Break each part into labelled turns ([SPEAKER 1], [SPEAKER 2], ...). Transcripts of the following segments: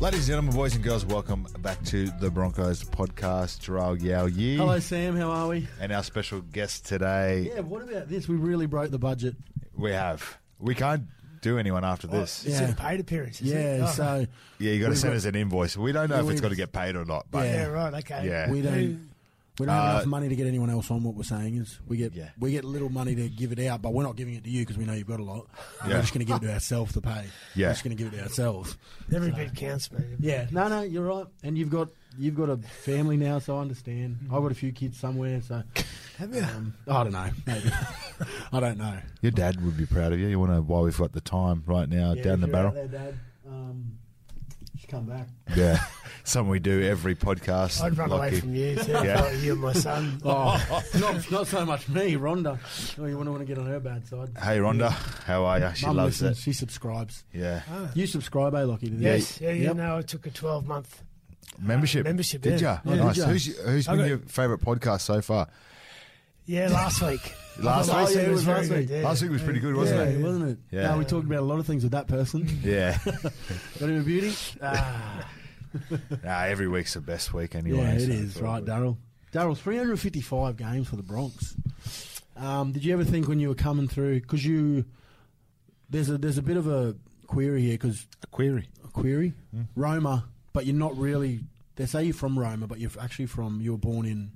[SPEAKER 1] Ladies and gentlemen, boys and girls, welcome back to the Broncos podcast. Gerald Yao Yi
[SPEAKER 2] Hello, Sam. How are we?
[SPEAKER 1] and our special guest today.
[SPEAKER 2] Yeah. What about this? We really broke the budget.
[SPEAKER 1] We have. We can't do anyone after this.
[SPEAKER 2] Oh, yeah.
[SPEAKER 3] It's in paid appearance. is it?
[SPEAKER 2] Yeah.
[SPEAKER 3] Oh,
[SPEAKER 2] So
[SPEAKER 1] Yeah, you got to
[SPEAKER 2] We've
[SPEAKER 1] send
[SPEAKER 2] got-
[SPEAKER 1] us an invoice. We don't know
[SPEAKER 2] Yeah,
[SPEAKER 1] if it's
[SPEAKER 2] we've-
[SPEAKER 1] got to get paid or not, but
[SPEAKER 3] yeah, right. Okay.
[SPEAKER 1] Yeah.
[SPEAKER 2] we don't. We don't have
[SPEAKER 1] Uh,
[SPEAKER 2] enough money to get anyone else on. What we're saying is, we get
[SPEAKER 1] Yeah.
[SPEAKER 2] we get little money to give it out, but we're not giving it to you because we know you've got a lot.
[SPEAKER 1] Yeah.
[SPEAKER 2] We're just going to give it to ourselves to pay.
[SPEAKER 1] Yeah.
[SPEAKER 2] We're just going to give it to ourselves.
[SPEAKER 3] Every bit counts, man.
[SPEAKER 2] Yeah. No, no, you're right. And you've got you've got a family now, so I understand. I've got a few kids somewhere, so
[SPEAKER 3] Have you?
[SPEAKER 2] um, I don't know. Maybe I don't know.
[SPEAKER 1] your dad would be proud of you. You want to, while we've got the time right now, down the barrel.
[SPEAKER 2] Dad. Um, just come back.
[SPEAKER 1] Yeah. Something we do every podcast.
[SPEAKER 3] I'd run away
[SPEAKER 1] Lockie.
[SPEAKER 3] from you. So
[SPEAKER 1] Yeah.
[SPEAKER 3] yeah. you and my son.
[SPEAKER 2] Oh, not, not so much me, Rhonda. Oh, you want to want to get on her bad side.
[SPEAKER 1] Hey, Rhonda, how are you? She
[SPEAKER 2] Mum
[SPEAKER 1] loves
[SPEAKER 2] listens,
[SPEAKER 1] it.
[SPEAKER 2] She subscribes.
[SPEAKER 1] Yeah.
[SPEAKER 3] Ah.
[SPEAKER 2] You subscribe, eh, Lockie? To this?
[SPEAKER 3] Yes. Yeah. You
[SPEAKER 2] Yep.
[SPEAKER 3] know, it took a 12 month.
[SPEAKER 1] Membership.
[SPEAKER 3] membership,
[SPEAKER 1] Did
[SPEAKER 3] yeah.
[SPEAKER 1] you?
[SPEAKER 2] Yeah,
[SPEAKER 1] nice.
[SPEAKER 2] did ya?
[SPEAKER 1] Who's, who's
[SPEAKER 3] I
[SPEAKER 1] been
[SPEAKER 3] got-
[SPEAKER 1] your favourite podcast so far?
[SPEAKER 3] Yeah, last week.
[SPEAKER 1] Last
[SPEAKER 3] I thought
[SPEAKER 2] week? Oh, yeah, it was
[SPEAKER 3] very
[SPEAKER 2] last
[SPEAKER 3] good,
[SPEAKER 2] week.
[SPEAKER 3] yeah.
[SPEAKER 1] Last week was pretty good, wasn't
[SPEAKER 2] yeah,
[SPEAKER 1] it?
[SPEAKER 2] wasn't it?
[SPEAKER 1] Yeah.
[SPEAKER 2] No, we talked about a lot of things with that person.
[SPEAKER 1] Yeah.
[SPEAKER 2] Got him a beauty? Ah,
[SPEAKER 1] nah, every week's the best week anyway.
[SPEAKER 2] yeah, it
[SPEAKER 1] so
[SPEAKER 2] is,
[SPEAKER 1] it's all
[SPEAKER 2] right,
[SPEAKER 1] good.
[SPEAKER 2] Daryl? Daryl, 355 games for the Bronx. Um, did you ever think when you were coming through, because you, there's a, there's a bit of a query here, because
[SPEAKER 1] A query.
[SPEAKER 2] a query.
[SPEAKER 1] Hmm.
[SPEAKER 2] Roma, but you're not really. They say you're from Roma, but you're actually from. You were born in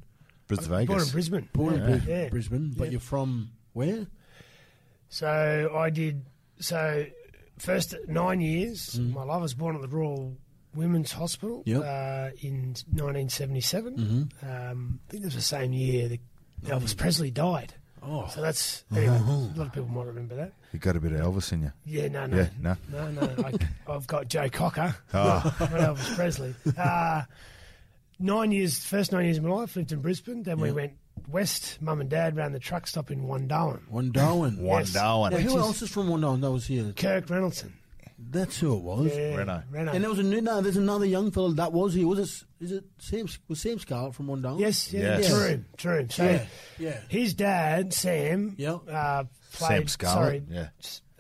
[SPEAKER 1] Brisbane
[SPEAKER 3] Born in
[SPEAKER 1] Vegas.
[SPEAKER 3] Brisbane.
[SPEAKER 2] born in
[SPEAKER 3] yeah.
[SPEAKER 2] Bris-
[SPEAKER 3] Yeah.
[SPEAKER 2] Brisbane, but
[SPEAKER 3] Yeah.
[SPEAKER 2] you're from where?
[SPEAKER 3] So I did. So first nine years, my life I was born at the Royal Women's Hospital
[SPEAKER 2] Mm. Yep. Mm-hmm.
[SPEAKER 3] uh, in 1977. Um, I think it was the same year that Elvis Presley died.
[SPEAKER 2] Oh,
[SPEAKER 3] So that's anyway, a lot of people might remember that.
[SPEAKER 1] You got a bit of Elvis in you.
[SPEAKER 3] Yeah, no, no,
[SPEAKER 1] Yeah, no.
[SPEAKER 3] no, no. I, I've got Joe Cocker,
[SPEAKER 1] Ah,
[SPEAKER 3] not Elvis Presley. Uh, nine years, first nine years of my life, lived in Brisbane. Then we
[SPEAKER 2] Yeah.
[SPEAKER 3] went west. Mum and Dad ran the truck stop in Wondowan.
[SPEAKER 2] Wondowan.
[SPEAKER 1] one
[SPEAKER 3] Yes.
[SPEAKER 1] down.
[SPEAKER 2] Now, who else is from Wondowan that was here?
[SPEAKER 3] Kirk Reynoldson.
[SPEAKER 2] That's who it was.
[SPEAKER 3] Yeah,
[SPEAKER 1] Renault.
[SPEAKER 3] Renault.
[SPEAKER 2] And there was a new, no, there's another young fellow that was here. Was it? S- Is it Sam? Was Sam Scarlett from Wondowan?
[SPEAKER 3] Yes, yeah,
[SPEAKER 1] Yes.
[SPEAKER 3] True, true. So
[SPEAKER 2] Yeah. Yeah.
[SPEAKER 3] his dad, Sam,
[SPEAKER 2] Yep.
[SPEAKER 3] uh, played.
[SPEAKER 1] Sam Scarlett,
[SPEAKER 3] Sorry,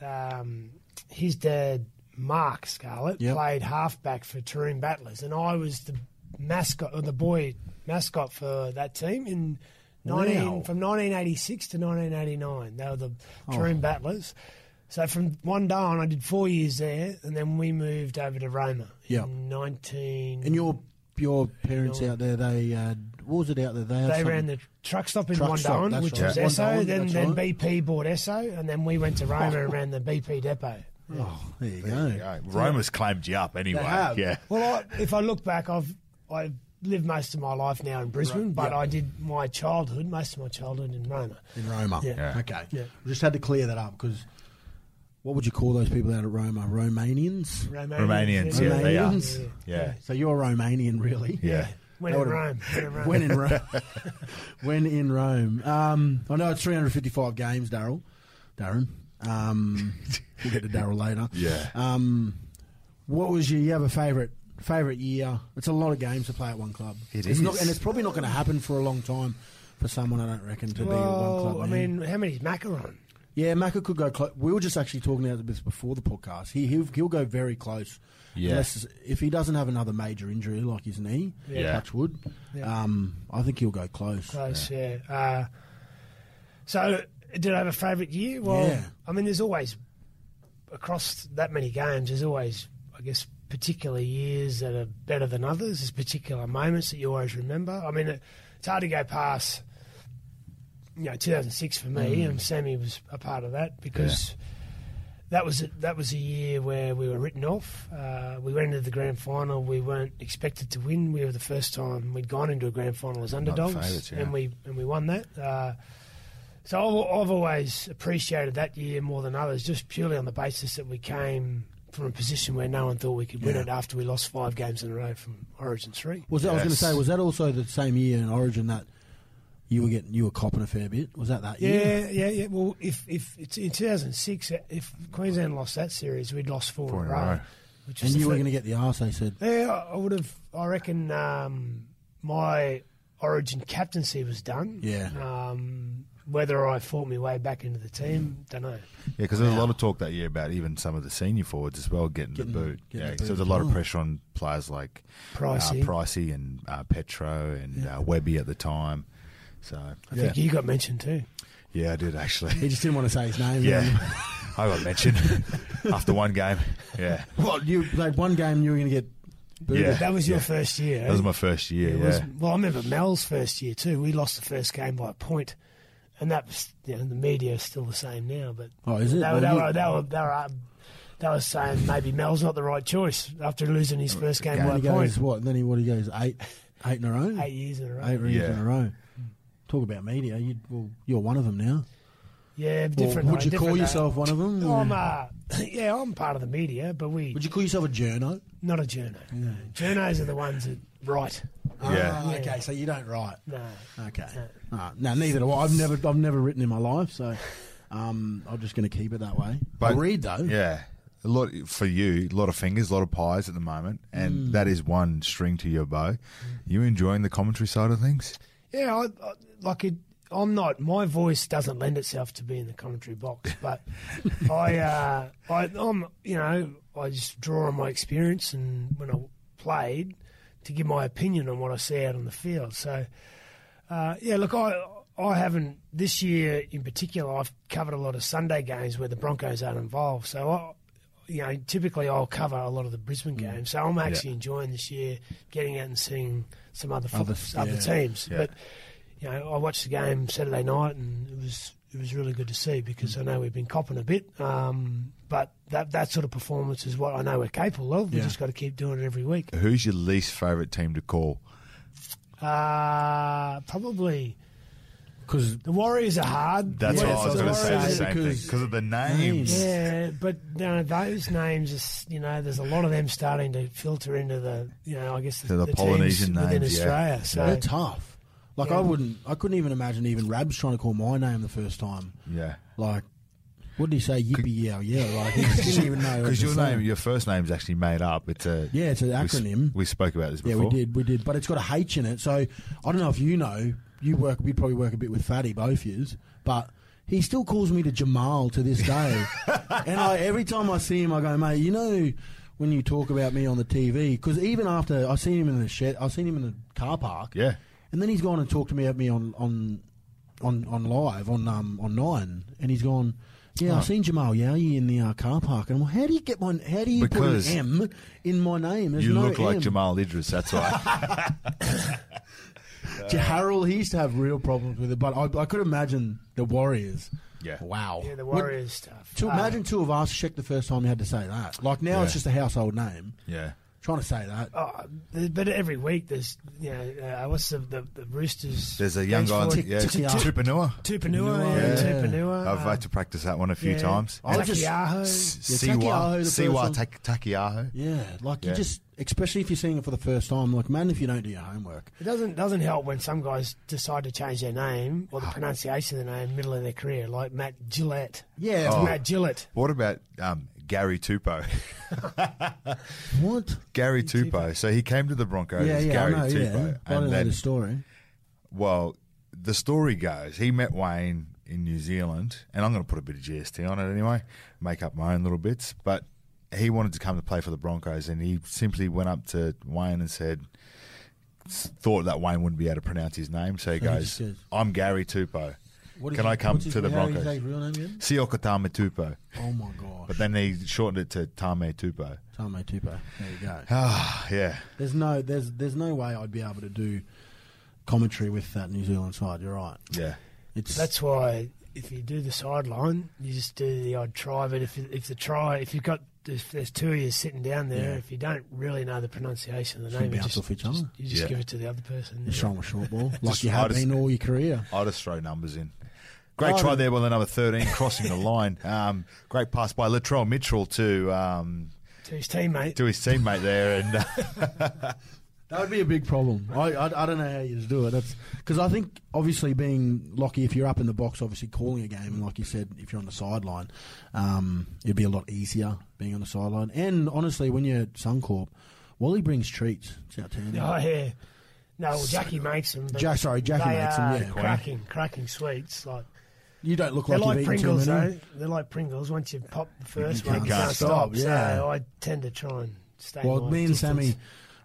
[SPEAKER 3] yeah. Um, his dad, Mark Scarlett,
[SPEAKER 2] Yep.
[SPEAKER 3] played halfback for Taroom Battlers, and I was the mascot or the boy mascot for that team in. 19,
[SPEAKER 2] Wow. Oh.
[SPEAKER 3] From 1986 to 1989, they were the Taroom Battlers. So from one day on, I did four years there, and then we moved over to Roma
[SPEAKER 2] Yep.
[SPEAKER 3] in 19.
[SPEAKER 2] And your your parents
[SPEAKER 3] No.
[SPEAKER 2] out there, they uh, what was it out there? They, had
[SPEAKER 3] They
[SPEAKER 2] something-
[SPEAKER 3] ran the truck stop in
[SPEAKER 2] Truck stop,
[SPEAKER 3] Wondowan,
[SPEAKER 2] that's
[SPEAKER 3] which
[SPEAKER 2] right.
[SPEAKER 3] was
[SPEAKER 2] Yeah.
[SPEAKER 3] Esso.
[SPEAKER 2] Wondowan,
[SPEAKER 3] Then,
[SPEAKER 2] that's
[SPEAKER 3] then
[SPEAKER 2] right.
[SPEAKER 3] BP bought Esso, and then we went to Roma and ran the BP depot.
[SPEAKER 2] Oh, there you
[SPEAKER 1] There
[SPEAKER 2] go.
[SPEAKER 1] you go. Roma's claimed you up anyway.
[SPEAKER 2] They have.
[SPEAKER 1] Yeah.
[SPEAKER 3] Well, I, if I look back, I've I've lived most of my life now in Brisbane, but
[SPEAKER 2] yeah.
[SPEAKER 3] I did my childhood, most of my childhood in Roma.
[SPEAKER 2] In Roma.
[SPEAKER 3] Yeah. Yeah.
[SPEAKER 2] Okay.
[SPEAKER 3] Yeah.
[SPEAKER 2] We just had to clear that up because what would you call those people out at Roma? Romanians?
[SPEAKER 1] Romanians, yeah,
[SPEAKER 2] they are.
[SPEAKER 1] Yeah.
[SPEAKER 2] So you're Romanian, really?
[SPEAKER 1] Yeah.
[SPEAKER 3] When
[SPEAKER 2] That
[SPEAKER 3] in
[SPEAKER 2] would've-
[SPEAKER 3] Rome, when in
[SPEAKER 2] When
[SPEAKER 3] Rome.
[SPEAKER 2] in Rome. when in Rome. Um, I know it's 355 games, Daryl. Darren. Um, we'll get to Daryl later.
[SPEAKER 1] Yeah.
[SPEAKER 2] Um, what was your, you have a favourite? Favorite year. It's a lot of games to play at one club.
[SPEAKER 1] It
[SPEAKER 2] it's Not,
[SPEAKER 1] is.
[SPEAKER 2] and it's probably not going to happen for a long time for someone. I don't reckon to be a one club.
[SPEAKER 3] well, I
[SPEAKER 2] man.
[SPEAKER 3] mean, how many macaron?
[SPEAKER 2] Yeah, Maka could go. Clo- we were just actually talking about this before the podcast. He he'll, he'll go very close.
[SPEAKER 1] Yeah.
[SPEAKER 2] Unless, if he doesn't have another major injury like his knee,
[SPEAKER 1] Yeah.
[SPEAKER 2] touch wood,
[SPEAKER 3] Yeah.
[SPEAKER 2] um, I think he'll go close.
[SPEAKER 3] Close, yeah. Uh, so, did I have a favourite year? Well,
[SPEAKER 2] Yeah.
[SPEAKER 3] I mean, there's always across that many games. There's always, I guess, particular years that are better than others. There's particular moments that you always remember. I mean, it, it's hard to go past. You know, 2006 for me, and Sammy was a part of that because that was a, that was a year where we were written off. Uh, we went into the grand final. We weren't expected to win. We were the first time we'd gone into a grand final as underdogs,
[SPEAKER 1] favourites, yeah.
[SPEAKER 3] and we and we won that. Uh, so I've, I've always appreciated that year more than others, just purely on the basis that we came from a position where no one thought we could win
[SPEAKER 2] Yeah.
[SPEAKER 3] it after we lost five games in a row from Origin three.
[SPEAKER 2] Was that, I was going
[SPEAKER 1] Yes.
[SPEAKER 2] to say? Was that also the same year in Origin that you were getting you were copping a fair bit? Was that that year?
[SPEAKER 3] Yeah, yeah, yeah. Well, if if it's in 2006, uh, if Queensland lost that series, we'd lost four, in a row. Which was
[SPEAKER 2] And
[SPEAKER 3] the
[SPEAKER 2] you were
[SPEAKER 3] fir-
[SPEAKER 2] going to get the arse. They said.
[SPEAKER 3] Yeah, I- I would have. I reckon um, my Origin captaincy was done.
[SPEAKER 2] Yeah.
[SPEAKER 3] Um, Whether I fought my way back into the team, don't know.
[SPEAKER 1] Yeah, because there was a lot of talk that year about even some of the senior forwards as well getting,
[SPEAKER 2] Getting-
[SPEAKER 1] the boot.
[SPEAKER 2] getting
[SPEAKER 1] yeah, so
[SPEAKER 2] the boot
[SPEAKER 1] there's a
[SPEAKER 2] as
[SPEAKER 1] lot of
[SPEAKER 2] well.
[SPEAKER 1] pressure on players like
[SPEAKER 3] Pricey.
[SPEAKER 1] uh, Pricey and uh, Petro and
[SPEAKER 2] Yeah.
[SPEAKER 1] uh, Webby at the time. So
[SPEAKER 3] I
[SPEAKER 1] yeah,
[SPEAKER 3] think you got mentioned too.
[SPEAKER 1] yeah, I did
[SPEAKER 2] He
[SPEAKER 1] actually.
[SPEAKER 2] just didn't want to say his name.
[SPEAKER 1] Yeah, I got mentioned after one game. Yeah,
[SPEAKER 2] Well, you played one game, you were going to get booted.
[SPEAKER 1] Yeah.
[SPEAKER 3] That was your
[SPEAKER 1] Yeah.
[SPEAKER 3] first year. eh?
[SPEAKER 1] that was my first year.
[SPEAKER 3] It
[SPEAKER 1] yeah,
[SPEAKER 3] was, well, I remember Mel's first year too. We lost the first game by a point, and that was, you know, the media is still the same now. But
[SPEAKER 2] Oh, is it?
[SPEAKER 3] they, were,
[SPEAKER 2] Well,
[SPEAKER 3] they,
[SPEAKER 2] you-
[SPEAKER 3] were, they, were, they, were, uh, they were saying maybe Mel's not the right choice after losing his first game
[SPEAKER 1] Yeah.
[SPEAKER 2] And
[SPEAKER 3] by
[SPEAKER 2] he
[SPEAKER 3] a
[SPEAKER 2] goes
[SPEAKER 3] point
[SPEAKER 2] what? Then he what? He goes eight, eight in a row.
[SPEAKER 3] eight years in a row.
[SPEAKER 2] eight rings in
[SPEAKER 1] Yeah.
[SPEAKER 2] a row. Talk about media. You, well, you're one of them now.
[SPEAKER 3] Yeah,
[SPEAKER 2] Or
[SPEAKER 3] different.
[SPEAKER 2] would you
[SPEAKER 3] different,
[SPEAKER 2] call
[SPEAKER 3] uh,
[SPEAKER 2] yourself one of them?
[SPEAKER 3] I'm, uh, yeah, I'm part of the media, but we
[SPEAKER 2] would you call yourself a journo?
[SPEAKER 3] not a journo. Journos are the ones that write.
[SPEAKER 1] Yeah.
[SPEAKER 2] Ah, okay, so you don't write.
[SPEAKER 3] No,
[SPEAKER 2] Okay.
[SPEAKER 3] No.
[SPEAKER 2] Ah, no, neither do I. I've never, I've never written in my life, so um, I'm just going to keep it that way. I
[SPEAKER 1] But-
[SPEAKER 2] read though.
[SPEAKER 1] yeah. A lot for you, a lot of fingers, a lot of pies at the moment,
[SPEAKER 2] Hmm.
[SPEAKER 1] and that is one string to your bow. You enjoying the commentary side of things?
[SPEAKER 3] yeah, I, I, like it. I'm not. My voice doesn't lend itself to be in the commentary box, but I, uh, I, I'm, you know, I just draw on my experience and when I played to give my opinion on what I see out on the field. So, uh, yeah, look, I, I haven't this year in particular. I've covered a lot of Sunday games where the Broncos aren't involved. So, I, you know, typically I'll cover a lot of the Brisbane games. So I'm actually enjoying this year getting out and seeing some other fo-
[SPEAKER 2] Other-
[SPEAKER 3] other,
[SPEAKER 2] yeah.
[SPEAKER 3] teams.
[SPEAKER 1] Yeah.
[SPEAKER 3] But you know, I watched the game Saturday night, and it was it was really good to see
[SPEAKER 1] Mm.
[SPEAKER 3] because I know we've been copping a bit, um, but that that sort of performance is what I know we're capable of. We
[SPEAKER 2] Yeah.
[SPEAKER 3] just got to keep doing it every week.
[SPEAKER 1] Who's your least favourite team to call?
[SPEAKER 3] Uh, probably
[SPEAKER 2] Because
[SPEAKER 3] the Warriors are hard.
[SPEAKER 1] That's
[SPEAKER 2] Yeah,
[SPEAKER 1] what I was
[SPEAKER 2] so
[SPEAKER 1] going to say. The
[SPEAKER 2] Warriors-
[SPEAKER 1] same thing
[SPEAKER 2] because-
[SPEAKER 1] because of the names.
[SPEAKER 3] Yeah, but you know, those names, is, you know, there's a lot of them starting to filter into the, you know, I guess the,
[SPEAKER 1] To the
[SPEAKER 3] the
[SPEAKER 1] Polynesian
[SPEAKER 3] teams within
[SPEAKER 1] names, yeah.
[SPEAKER 3] Australia. So
[SPEAKER 2] they're tough. Like
[SPEAKER 3] Yeah.
[SPEAKER 2] I wouldn't, I couldn't even imagine even Rabs trying to call my name the first time.
[SPEAKER 1] Yeah,
[SPEAKER 2] Like, what did he say? Yippee yow yeah. Like he just didn't even know. what
[SPEAKER 1] because
[SPEAKER 2] to
[SPEAKER 1] your
[SPEAKER 2] say.
[SPEAKER 1] name, your first name's actually made up. It's a
[SPEAKER 2] yeah, it's an
[SPEAKER 1] we s-
[SPEAKER 2] acronym.
[SPEAKER 1] We, spoke about this
[SPEAKER 2] Yeah,
[SPEAKER 1] before.
[SPEAKER 2] we did, we did, but it's got a H in it. So I don't know if you know. You work, we probably work a bit with Fatty, both yous, but he still calls me to Jamal to this day. and I, every time I see him, I go, mate, you know when you talk about me on the TV, because even after I seen him in the shed, I seen him in the car park,
[SPEAKER 1] Yeah,
[SPEAKER 2] and then he's gone and talked to me about me on on on on live on um on nine, and he's gone. Yeah, I've seen Jamal Yowie in the uh, car park, and I'm like, how do you get my? How do you
[SPEAKER 1] Because
[SPEAKER 2] put an M in my name? There's
[SPEAKER 1] you
[SPEAKER 2] no
[SPEAKER 1] look like
[SPEAKER 2] M.
[SPEAKER 1] Jamal Idris. That's why.
[SPEAKER 2] Harrell, he used to have real problems with it, but I, I could imagine the Warriors.
[SPEAKER 1] Yeah.
[SPEAKER 2] Wow.
[SPEAKER 3] yeah, the
[SPEAKER 2] What-
[SPEAKER 3] Warriors Uh, stuff.
[SPEAKER 2] to imagine two of us checked the first time you had to say that. Like now
[SPEAKER 1] Yeah.
[SPEAKER 2] it's just a household name.
[SPEAKER 1] yeah,
[SPEAKER 2] Trying to say that.
[SPEAKER 3] Oh, th- but every week there's, you know, uh, what's the, the, the Roosters?
[SPEAKER 1] there's a young guy.
[SPEAKER 3] Thanks for-
[SPEAKER 1] Yeah,
[SPEAKER 2] Tick- tick-
[SPEAKER 1] Tupanua.
[SPEAKER 3] Tupanua, yeah, Um,
[SPEAKER 1] Yeah.
[SPEAKER 2] Ah.
[SPEAKER 3] Tupanua.
[SPEAKER 1] I've had to practice that one a few
[SPEAKER 3] yeah.
[SPEAKER 1] times.
[SPEAKER 2] I
[SPEAKER 1] And
[SPEAKER 2] just-
[SPEAKER 3] Uh, Takiaho.
[SPEAKER 1] Siwa,
[SPEAKER 2] Takiaho, the
[SPEAKER 1] Siwa
[SPEAKER 2] person-
[SPEAKER 1] Tak- Takiaho.
[SPEAKER 2] Yeah, like
[SPEAKER 1] Yeah.
[SPEAKER 2] you just, especially if you're seeing it for the first time. Like, man, if you don't do your homework,
[SPEAKER 3] It doesn't doesn't help when some guys decide to change their name
[SPEAKER 1] Oh.
[SPEAKER 3] or the pronunciation of their name middle of their career, like Matt Gillette.
[SPEAKER 2] yeah,
[SPEAKER 3] It's
[SPEAKER 1] Oh.
[SPEAKER 3] Matt Gillett.
[SPEAKER 1] What about um, Gary Tupo?
[SPEAKER 2] what?
[SPEAKER 1] Gary Tupo. So he came to the Broncos.
[SPEAKER 2] Yeah,
[SPEAKER 1] as
[SPEAKER 2] yeah,
[SPEAKER 1] Gary
[SPEAKER 2] I know.
[SPEAKER 1] Tupo,
[SPEAKER 2] Yeah, I don't
[SPEAKER 1] and
[SPEAKER 2] know
[SPEAKER 1] then
[SPEAKER 2] the story.
[SPEAKER 1] Well, the story goes he met Wayne in New Zealand, and I'm going to put a bit of GST on it anyway, make up my own little bits. But he wanted to come to play for the Broncos, and he simply went up to Wayne and said, thought that Wayne wouldn't be able to pronounce his name, so he
[SPEAKER 2] So he
[SPEAKER 1] goes,
[SPEAKER 2] just goes-
[SPEAKER 1] "I'm Gary Tupo.
[SPEAKER 2] What is
[SPEAKER 1] Can
[SPEAKER 2] it-
[SPEAKER 1] I come
[SPEAKER 2] what's his-
[SPEAKER 1] to the
[SPEAKER 2] how do you
[SPEAKER 1] Broncos?"
[SPEAKER 2] say his real name again?
[SPEAKER 1] Siokotame Tupo."
[SPEAKER 2] Oh my god,
[SPEAKER 1] But then he shortened it to Tame Tupo.
[SPEAKER 2] Tame Tupo. There you go.
[SPEAKER 1] Ah, yeah.
[SPEAKER 2] There's no, there's, there's no way I'd be able to do commentary with that New Zealand side. You're right.
[SPEAKER 1] Yeah.
[SPEAKER 2] It's
[SPEAKER 3] That's why if you do the sideline, you just do the odd try. But if if the try, if you've got if there's two of you sitting down there,
[SPEAKER 2] Yeah.
[SPEAKER 3] if you don't really know the pronunciation of the
[SPEAKER 2] Should
[SPEAKER 3] name, you
[SPEAKER 2] bounce
[SPEAKER 3] just,
[SPEAKER 2] off each
[SPEAKER 3] just-
[SPEAKER 2] other.
[SPEAKER 3] you just
[SPEAKER 1] Yeah.
[SPEAKER 3] give it to the other person.
[SPEAKER 2] You're strong with short ball, like
[SPEAKER 1] Just-
[SPEAKER 2] you
[SPEAKER 1] I
[SPEAKER 2] have
[SPEAKER 1] just-
[SPEAKER 2] been all your career.
[SPEAKER 1] I'll just throw numbers in. Great
[SPEAKER 2] Oh,
[SPEAKER 1] try
[SPEAKER 2] the-
[SPEAKER 1] there by the number 13, crossing the line. Um, great pass by Latrell Mitchell to um,
[SPEAKER 3] To his teammate,
[SPEAKER 1] to his teammate there. And uh,
[SPEAKER 2] That would be a big problem. I, I, I don't know how you do it. That's because I think obviously being lucky if you're up in the box, obviously calling a game, and like you said, if you're on the sideline, um, it'd be a lot easier being on the sideline. And honestly, when you're at Suncorp, Wally brings treats. It's outstanding.
[SPEAKER 3] oh yeah, no, well, Jackie makes them. but
[SPEAKER 2] Ja- sorry, Jackie
[SPEAKER 3] they
[SPEAKER 2] makes
[SPEAKER 3] are
[SPEAKER 2] them, yeah.
[SPEAKER 3] cracking, cracking sweets like.
[SPEAKER 2] you don't look
[SPEAKER 3] They're
[SPEAKER 2] like, eh? you've
[SPEAKER 3] like,
[SPEAKER 2] eaten
[SPEAKER 3] Pringles,
[SPEAKER 2] too many.
[SPEAKER 3] though. They're like Pringles. Once you pop the first one, you
[SPEAKER 1] can't
[SPEAKER 3] can't
[SPEAKER 1] stop,
[SPEAKER 3] stop.
[SPEAKER 2] yeah.
[SPEAKER 3] So I tend to try and stay.
[SPEAKER 2] Well,
[SPEAKER 3] my
[SPEAKER 2] me and
[SPEAKER 3] distance.
[SPEAKER 2] Sammy,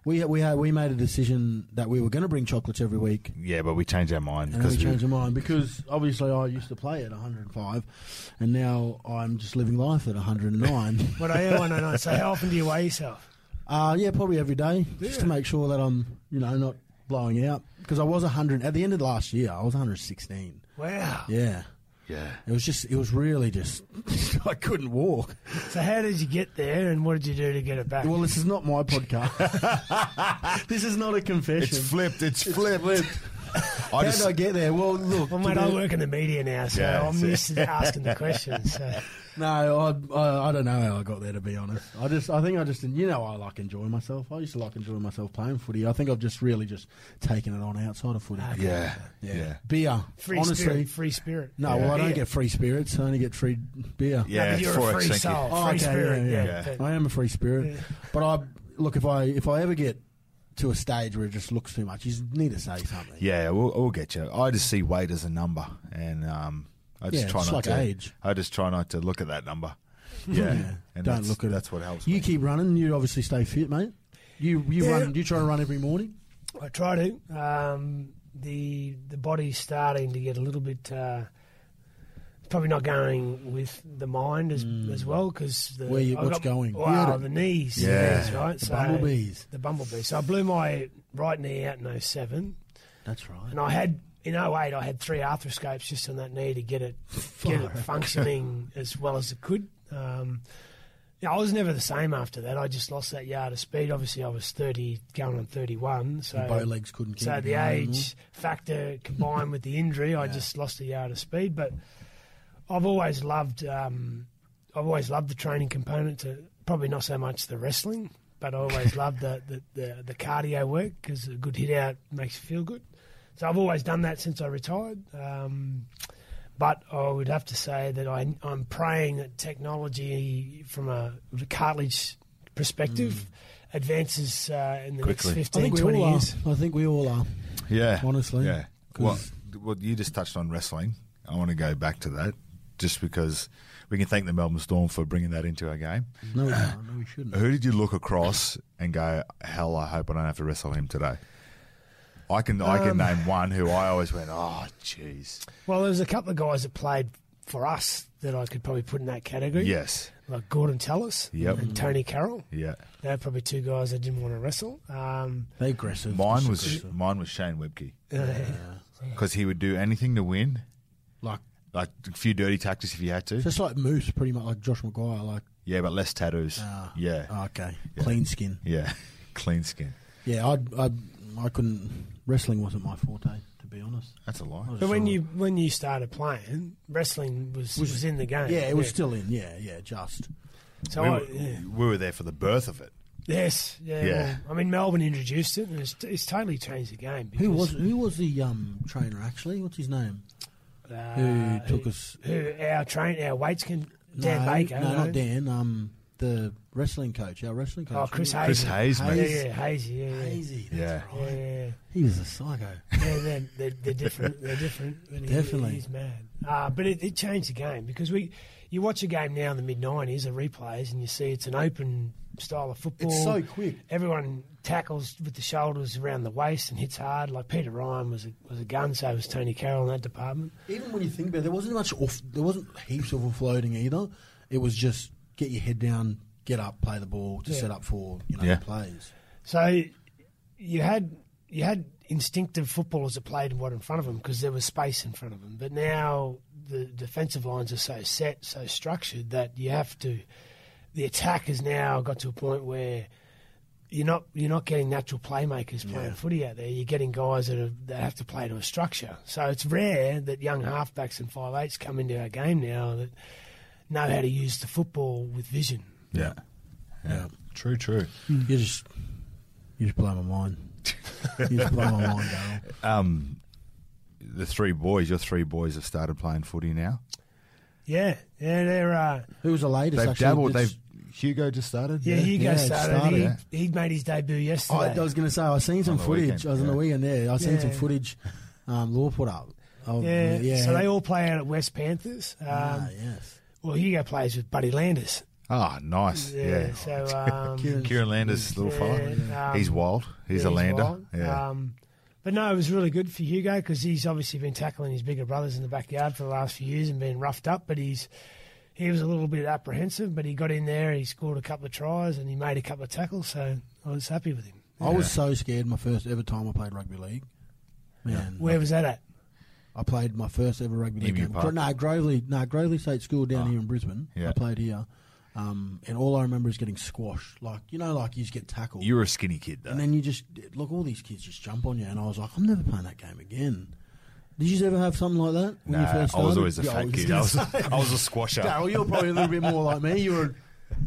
[SPEAKER 2] we we had, we made a decision that we were going to bring chocolates every week,
[SPEAKER 1] Yeah, but we changed our mind
[SPEAKER 2] and then we
[SPEAKER 1] because
[SPEAKER 2] changed our mind because obviously I used to play at 105, and now I'm just living life at 109.
[SPEAKER 3] But I am one and I So how often do you weigh yourself?
[SPEAKER 2] uh, yeah, probably every day just to make sure that I'm you know not blowing out because I was 100 at the end of last year. I was 116.
[SPEAKER 3] Wow.
[SPEAKER 2] Yeah,
[SPEAKER 1] yeah,
[SPEAKER 2] it was just it was really just I couldn't walk.
[SPEAKER 3] So how did you get there, and what did you do to get it back?
[SPEAKER 2] Well, this is not my podcast. this is not a confession.
[SPEAKER 1] it's flipped. It's flipped. I
[SPEAKER 2] How did I
[SPEAKER 1] just
[SPEAKER 2] get there? Well, look.
[SPEAKER 3] Well,
[SPEAKER 2] to
[SPEAKER 3] mate, I
[SPEAKER 2] be-
[SPEAKER 3] work in the media now, so
[SPEAKER 1] Yeah,
[SPEAKER 3] I'm
[SPEAKER 1] that's it.
[SPEAKER 3] used to asking the questions. So.
[SPEAKER 2] No, I, I I don't know how I got there to be honest. I just I think I just you know I like enjoying myself. I used to like enjoying myself playing footy. I think I've just really just taken it on outside of footy.
[SPEAKER 1] yeah, yeah,
[SPEAKER 2] Beer,
[SPEAKER 3] Free
[SPEAKER 2] honestly.
[SPEAKER 3] spirit. Free spirit.
[SPEAKER 2] No, well I don't get free spirits. I only get free beer.
[SPEAKER 1] Yeah,
[SPEAKER 3] but
[SPEAKER 1] it's
[SPEAKER 3] you're a
[SPEAKER 1] forex,
[SPEAKER 3] free
[SPEAKER 1] thank you.
[SPEAKER 3] soul.
[SPEAKER 2] Oh,
[SPEAKER 3] free
[SPEAKER 2] okay,
[SPEAKER 3] spirit.
[SPEAKER 2] yeah,
[SPEAKER 3] Yeah.
[SPEAKER 1] yeah.
[SPEAKER 3] But-
[SPEAKER 2] I am a free spirit,
[SPEAKER 3] Yeah.
[SPEAKER 2] but I look if I if I ever get to a stage where it just looks too much, you just need to say something.
[SPEAKER 1] yeah. We'll, we'll get you. I just see weight as a number, and um, I just
[SPEAKER 2] Yeah,
[SPEAKER 1] try
[SPEAKER 2] it's
[SPEAKER 1] not
[SPEAKER 2] like
[SPEAKER 1] to.
[SPEAKER 2] age.
[SPEAKER 1] I just try not to look at that number. Yeah, and
[SPEAKER 2] don't
[SPEAKER 1] that's,
[SPEAKER 2] look at it.
[SPEAKER 1] that's what helps.
[SPEAKER 2] You
[SPEAKER 1] me.
[SPEAKER 2] keep running. You obviously stay fit, mate. You you
[SPEAKER 3] Yeah.
[SPEAKER 2] run. You try to run every morning.
[SPEAKER 3] I try to. Um, the the body's starting to get a little bit. Uh, it's probably not going with the mind as as well because
[SPEAKER 2] Hmm. Where you- what's going? You
[SPEAKER 3] Wow,
[SPEAKER 2] had it.
[SPEAKER 3] the knees, the
[SPEAKER 1] Yeah.
[SPEAKER 3] knees, right?
[SPEAKER 2] The bumblebees.
[SPEAKER 3] The bumblebee. So I blew my right knee out in 07.
[SPEAKER 2] That's right.
[SPEAKER 3] and I had in 08 I had three arthroscopes just on that knee to get it get it functioning as well as it could. Um, yeah, I was never the same after that. I just lost that yard of speed. Obviously, I was 30, going on 31. So
[SPEAKER 2] Your bow legs couldn't keep
[SPEAKER 3] so
[SPEAKER 2] it
[SPEAKER 3] the
[SPEAKER 2] going
[SPEAKER 3] age
[SPEAKER 2] anymore.
[SPEAKER 3] factor combined with the injury, I just lost a yard of speed. But I've always loved, um, I've always loved the training component to probably not so much the wrestling, but I always loved the, the, the, the cardio work because a good hit out makes you feel good. So I've always done that since I retired. Um, but I would have to say that I, I'm praying that technology from a cartilage perspective advances uh, in the
[SPEAKER 1] Quickly. I
[SPEAKER 3] next
[SPEAKER 2] I
[SPEAKER 3] 15,
[SPEAKER 2] think we
[SPEAKER 3] 20
[SPEAKER 2] all
[SPEAKER 3] years.
[SPEAKER 2] are. I think we all are.
[SPEAKER 1] Yeah.
[SPEAKER 2] Honestly.
[SPEAKER 1] Yeah.
[SPEAKER 2] 'Cause-
[SPEAKER 1] well, well, you just touched on wrestling. I want to go back to that just because we can thank the Melbourne Storm for bringing that into our game.
[SPEAKER 2] No, we don't. no, we shouldn't.
[SPEAKER 1] Who did you look across and go, hell, I hope I don't have to wrestle him today? I can I
[SPEAKER 2] Um,
[SPEAKER 1] can name one who I always went, oh, jeez.
[SPEAKER 3] Well, there's a couple of guys that played for us that I could probably put in that category.
[SPEAKER 1] Yes.
[SPEAKER 3] Like Gordon Tallis
[SPEAKER 1] Yep.
[SPEAKER 3] and Tony Carroll.
[SPEAKER 1] Yeah.
[SPEAKER 3] They're probably two guys I didn't want to wrestle. Um,
[SPEAKER 2] They aggressive.
[SPEAKER 1] Mine
[SPEAKER 2] just
[SPEAKER 1] was
[SPEAKER 2] aggressive.
[SPEAKER 1] mine was Shane Webke
[SPEAKER 2] Yeah.
[SPEAKER 1] because he would do anything to win,
[SPEAKER 2] like
[SPEAKER 1] like a few dirty tactics if he had to.
[SPEAKER 2] just like Moose, pretty much like Josh McGuire. Like
[SPEAKER 1] Yeah, but less tattoos.
[SPEAKER 2] Ah.
[SPEAKER 1] yeah.
[SPEAKER 2] okay, clean skin.
[SPEAKER 1] Yeah. Clean skin.
[SPEAKER 2] Yeah, I I I couldn't. Wrestling wasn't my forte, to be honest.
[SPEAKER 1] That's a lie.
[SPEAKER 2] I was
[SPEAKER 3] but when
[SPEAKER 2] sort of-
[SPEAKER 3] you when you started playing, wrestling was was, in the game.
[SPEAKER 2] yeah, it was still in. Yeah, yeah, just
[SPEAKER 3] So
[SPEAKER 1] we,
[SPEAKER 3] I,
[SPEAKER 1] were,
[SPEAKER 3] yeah.
[SPEAKER 1] we were there for the birth of it.
[SPEAKER 3] yes, yeah.
[SPEAKER 1] Yeah.
[SPEAKER 3] well, I mean, Melbourne introduced it, and it's, it's totally changed the game. Because,
[SPEAKER 2] who was who was the um trainer actually? What's his name?
[SPEAKER 3] uh,
[SPEAKER 2] Who took us?
[SPEAKER 3] Who our train our weights can Dan
[SPEAKER 2] no,
[SPEAKER 3] Baker?
[SPEAKER 2] No, not Dan. Um, the wrestling coach, our wrestling coach.
[SPEAKER 3] Oh, Chris Hayes.
[SPEAKER 1] Chris Hayes,
[SPEAKER 3] Yeah,
[SPEAKER 1] mate.
[SPEAKER 3] yeah, Hazy. Yeah, yeah.
[SPEAKER 2] Hazy, that's
[SPEAKER 1] Yeah.
[SPEAKER 3] Yeah,
[SPEAKER 2] right.
[SPEAKER 3] yeah.
[SPEAKER 2] He was a psycho.
[SPEAKER 3] Yeah, they're, they're, they're different. They're different. And he-
[SPEAKER 2] Definitely.
[SPEAKER 3] he's mad. Uh, but it, it changed the game because we, you watch a game now in the mid nineties, the replays, and you see it's an open style of football.
[SPEAKER 2] It's so quick.
[SPEAKER 3] Everyone tackles with the shoulders around the waist and hits hard. Like Peter Ryan was a, was a gun, so was Tony Carroll in that department.
[SPEAKER 2] Even when you think about it, there wasn't much off. There wasn't heaps of offloading either. It was just get your head down, get up, play the ball to
[SPEAKER 3] Yeah.
[SPEAKER 2] set up for you know
[SPEAKER 1] Yeah.
[SPEAKER 2] plays.
[SPEAKER 3] So you had you had instinctive footballers that played what in front of them because there was space in front of them. But now the defensive lines are so set, so structured that you have to. The attack has now got to a point where you're not you're not getting natural playmakers playing footy out there. You're getting guys that, are, that have to play to a structure. So it's rare that young halfbacks and five eights come into our game now that know how to use the football with vision.
[SPEAKER 1] Yeah.
[SPEAKER 2] Yeah.
[SPEAKER 1] True, true.
[SPEAKER 3] Hmm.
[SPEAKER 2] You just you just blow my mind. you just blow my mind, Darryl.
[SPEAKER 1] Um, the three boys, your three boys have started playing footy now.
[SPEAKER 3] Yeah, yeah, they're. Uh,
[SPEAKER 2] Who was the latest?
[SPEAKER 1] They've
[SPEAKER 2] actually?
[SPEAKER 1] dabbled.
[SPEAKER 2] That's-
[SPEAKER 1] They've Hugo just started.
[SPEAKER 3] Yeah, Hugo
[SPEAKER 2] Yeah, it
[SPEAKER 3] started.
[SPEAKER 2] started,
[SPEAKER 3] he,
[SPEAKER 1] yeah.
[SPEAKER 3] he made his debut
[SPEAKER 2] Oh,
[SPEAKER 3] yesterday.
[SPEAKER 2] I was going to say I seen some
[SPEAKER 1] the
[SPEAKER 2] footage.
[SPEAKER 1] weekend,
[SPEAKER 2] I was on the
[SPEAKER 1] yeah.
[SPEAKER 2] weekend there. I seen some
[SPEAKER 3] Yeah.
[SPEAKER 2] footage. Um, Law put up. Oh,
[SPEAKER 3] Yeah.
[SPEAKER 2] yeah.
[SPEAKER 3] So they all play out at West Panthers. Um,
[SPEAKER 2] Ah, yes.
[SPEAKER 3] Well, Hugo plays with Buddy Landers.
[SPEAKER 1] Ah, nice. Yeah.
[SPEAKER 3] So um,
[SPEAKER 2] Kieran-
[SPEAKER 1] Kieran Landers, little fella.
[SPEAKER 3] yeah, um,
[SPEAKER 1] he's wild. He's
[SPEAKER 3] yeah,
[SPEAKER 1] a lander.
[SPEAKER 3] wild.
[SPEAKER 1] Yeah.
[SPEAKER 3] Um, but no, it was really good for Hugo because he's obviously been tackling his bigger brothers in the backyard for the last few years and been roughed up. But he's he was a little bit apprehensive, but he got in there. He scored a couple of tries and he made a couple of tackles. So I was happy with him.
[SPEAKER 2] I was so scared my first ever time I played rugby league. Man,
[SPEAKER 3] Where was that at?
[SPEAKER 2] I played my first ever rugby league
[SPEAKER 1] Emu
[SPEAKER 2] game.
[SPEAKER 1] Park. Ah.
[SPEAKER 2] No, Grovely, no, Grovely State School down here in Brisbane.
[SPEAKER 1] Yeah.
[SPEAKER 2] I played here, um, and all I remember is getting squashed. Like you know, like you just get tackled,
[SPEAKER 1] you were a skinny kid, though.
[SPEAKER 2] and then you just look. All these kids just jump on you, and I was like, I'm never playing that game again. Did you ever have something like that when you
[SPEAKER 1] Nah,
[SPEAKER 2] first
[SPEAKER 1] I
[SPEAKER 2] started?
[SPEAKER 1] was always a
[SPEAKER 2] Yeah, I
[SPEAKER 1] fat
[SPEAKER 2] was
[SPEAKER 1] kid.
[SPEAKER 2] gonna
[SPEAKER 1] I was,
[SPEAKER 2] say.
[SPEAKER 1] I was a squasher.
[SPEAKER 2] Daryl, you're probably a little bit more like me. You were,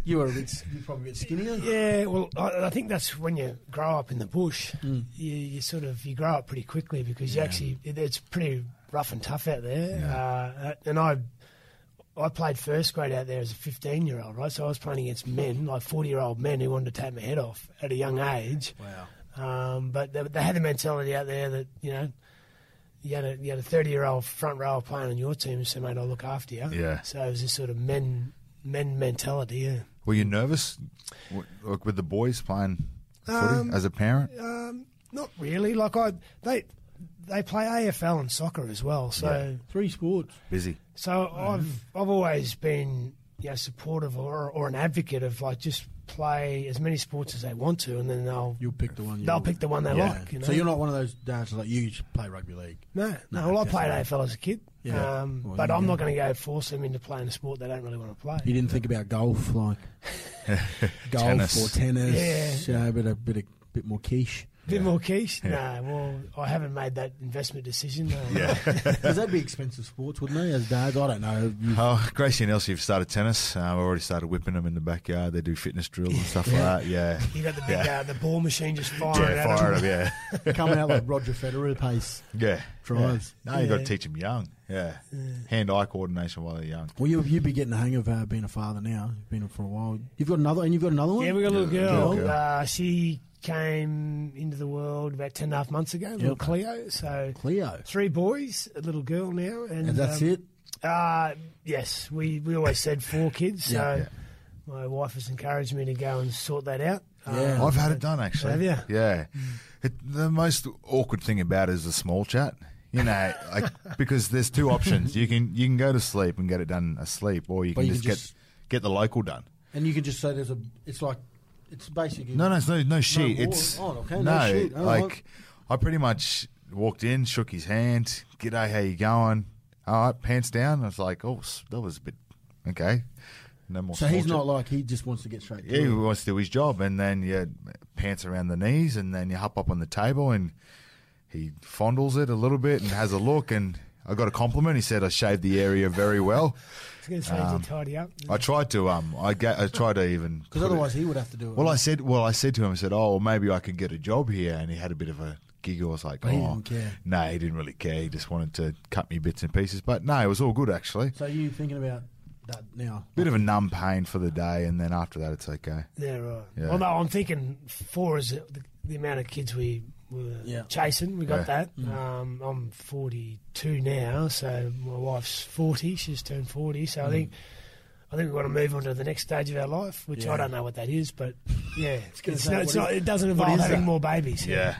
[SPEAKER 2] you were a bit, you're probably a bit skinnier.
[SPEAKER 3] Yeah, well, I, I think that's when you grow up in the bush. You, you sort of you grow up pretty quickly because you actually it, it's pretty rough and tough out there. Uh, and I I played first grade out there as a 15 year old, right? So I was playing against men like 40 year old men who wanted to take my head off at a young age.
[SPEAKER 2] Wow.
[SPEAKER 3] Um, but they, they had the mentality out there that you know. You had, a, you had a 30 year old front rower playing on your team, so mate, I'll look after you.
[SPEAKER 1] Yeah.
[SPEAKER 3] So it was this sort of men men mentality, yeah.
[SPEAKER 1] Were you nervous w- like with the boys playing footy
[SPEAKER 3] Um,
[SPEAKER 1] as a parent?
[SPEAKER 3] Um, not really. Like I, they they play AFL and soccer as well. So
[SPEAKER 2] Three sports.
[SPEAKER 1] Busy.
[SPEAKER 3] so I've I've always been you know, supportive or or an advocate of like just play as many sports as they want to, and then they'll
[SPEAKER 2] You'll pick the one. You
[SPEAKER 3] they'll
[SPEAKER 2] want.
[SPEAKER 3] pick the one they
[SPEAKER 1] Yeah.
[SPEAKER 3] like. You know?
[SPEAKER 2] So you're not one of those dads like you just play rugby league.
[SPEAKER 3] no no.
[SPEAKER 2] No,
[SPEAKER 3] well, I played AFL as a kid,
[SPEAKER 2] Yeah.
[SPEAKER 3] um,
[SPEAKER 2] Well,
[SPEAKER 3] but
[SPEAKER 2] you
[SPEAKER 3] I'm
[SPEAKER 2] know.
[SPEAKER 3] not going to go force them into playing a sport they don't really want to play.
[SPEAKER 2] You didn't think about golf, like golf
[SPEAKER 1] Tennis.
[SPEAKER 2] or tennis. Yeah, a bit a bit a bit more quiche.
[SPEAKER 3] bit more quiche?
[SPEAKER 1] Yeah.
[SPEAKER 3] No, well, I haven't made that investment decision. No.
[SPEAKER 1] Yeah.
[SPEAKER 2] Because that'd be expensive sports, wouldn't they? As dads, I don't know. You-
[SPEAKER 1] Oh, Gracie and Elsie have started tennis. Uh, I've already started whipping them in the backyard. They do fitness drills and stuff like that. Yeah.
[SPEAKER 3] You got the big, uh, the ball machine just firing
[SPEAKER 1] Yeah,
[SPEAKER 3] at
[SPEAKER 1] fire
[SPEAKER 3] them.
[SPEAKER 1] it up, yeah.
[SPEAKER 2] coming out like Roger Federer pace
[SPEAKER 1] Yeah.
[SPEAKER 2] drives.
[SPEAKER 1] No, you got to
[SPEAKER 3] Yeah.
[SPEAKER 1] teach them young. Yeah. Hand eye coordination while they're young.
[SPEAKER 2] Well, you you'd be getting the hang of uh, being a father now. You've been for a while. You've got another, and you've got another one.
[SPEAKER 3] Yeah, we got a little girl.
[SPEAKER 1] girl.
[SPEAKER 3] Uh, she came into the world about 10 and a half months ago, little
[SPEAKER 2] Yep.
[SPEAKER 3] Cleo. So
[SPEAKER 2] Cleo.
[SPEAKER 3] three boys, a little girl now. And,
[SPEAKER 2] And that's
[SPEAKER 3] um,
[SPEAKER 2] it.
[SPEAKER 3] Uh, yes, we, we always said four kids. So
[SPEAKER 2] Yeah.
[SPEAKER 3] my wife has encouraged me to go and sort that out. Uh,
[SPEAKER 2] Yeah.
[SPEAKER 1] I've had it done actually.
[SPEAKER 3] Have ya?
[SPEAKER 1] Yeah. It, the most awkward thing about it is the small chat. You know, like because there's two options. You can you can go to sleep and get it done asleep, or you
[SPEAKER 2] Or
[SPEAKER 1] can
[SPEAKER 2] you can
[SPEAKER 1] just,
[SPEAKER 2] just-
[SPEAKER 1] get get the local done.
[SPEAKER 2] And you can just say there's a. It's like, it's basically
[SPEAKER 1] No, no, it's no no shit.
[SPEAKER 2] war.
[SPEAKER 1] it's
[SPEAKER 2] Oh, okay, no
[SPEAKER 1] no,
[SPEAKER 2] shit. All
[SPEAKER 1] like
[SPEAKER 2] right.
[SPEAKER 1] I pretty much walked in, shook his hand, g'day, how you going? All right, pants down. I was like, oh, s- that was a bit okay. No more.
[SPEAKER 2] So
[SPEAKER 1] small
[SPEAKER 2] he's
[SPEAKER 1] chat.
[SPEAKER 2] not like he just wants to get straight.
[SPEAKER 1] Yeah, he
[SPEAKER 2] to it.
[SPEAKER 1] wants to do his job, and then you pants around the knees, and then you hop up on the table, and he fondles it a little bit and has a look. And I got a compliment. He said I shaved the area very well.
[SPEAKER 3] I was going to say,
[SPEAKER 2] Um,
[SPEAKER 3] did you tidy up?
[SPEAKER 1] I tried to um, I ga- I tried to even
[SPEAKER 2] Because
[SPEAKER 1] put it-
[SPEAKER 2] otherwise he would have to do it.
[SPEAKER 1] well, I said, well, I said to him, I said, oh, well, maybe I could get a job here, and he had a bit of a giggle. I was like,
[SPEAKER 2] But he
[SPEAKER 1] oh,
[SPEAKER 2] didn't care.
[SPEAKER 1] no, he didn't really care. He just wanted to cut me bits and pieces. But no, it was all good actually.
[SPEAKER 2] So you thinking about that now?
[SPEAKER 1] Bit of a numb pain for the day, and then after that, it's okay.
[SPEAKER 3] Yeah, right.
[SPEAKER 1] Yeah.
[SPEAKER 3] Although I'm thinking four is the, the amount of kids we were
[SPEAKER 2] Yeah. Mm.
[SPEAKER 3] chasing. We got
[SPEAKER 1] Yeah.
[SPEAKER 3] that. Um, I'm 42 now, so my wife's 40. She's turned 40.
[SPEAKER 2] Mm.
[SPEAKER 3] So I think I think we want to move on to the next stage of our life, which
[SPEAKER 2] Yeah.
[SPEAKER 3] I don't know what that is, but yeah,
[SPEAKER 2] gonna
[SPEAKER 3] it's
[SPEAKER 2] say,
[SPEAKER 3] not,
[SPEAKER 2] what
[SPEAKER 3] it's
[SPEAKER 2] is-
[SPEAKER 3] not, it doesn't
[SPEAKER 2] what
[SPEAKER 3] involve
[SPEAKER 2] is
[SPEAKER 3] having
[SPEAKER 2] that?
[SPEAKER 3] more babies.
[SPEAKER 1] Yeah.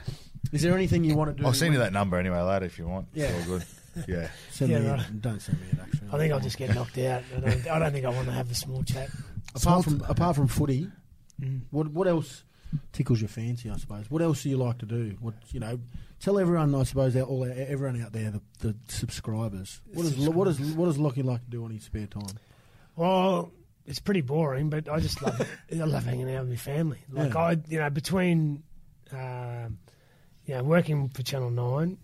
[SPEAKER 2] Is there anything you want to do?
[SPEAKER 1] I'll send you that number anyway later if you want.
[SPEAKER 2] Yeah.
[SPEAKER 1] It's all good. Yeah.
[SPEAKER 2] Send
[SPEAKER 3] Yeah,
[SPEAKER 2] me
[SPEAKER 3] right.
[SPEAKER 2] it. Don't send me it. Actually,
[SPEAKER 3] I think I'll just get knocked out. I don't, I don't think I want to have a small chat.
[SPEAKER 2] apart from apart from footy,
[SPEAKER 3] Mm.
[SPEAKER 2] what what else tickles your fancy? I suppose. What else do you like to do? What you know? Tell everyone. I suppose out all our- everyone out there, the, the subscribers. What is what is what does Lockie like to do on his spare time?
[SPEAKER 3] Well, it's pretty boring, but I just love it. I love hanging out with my family. Like
[SPEAKER 2] Yeah.
[SPEAKER 3] I, you know, between, um you know, working for Channel Nine,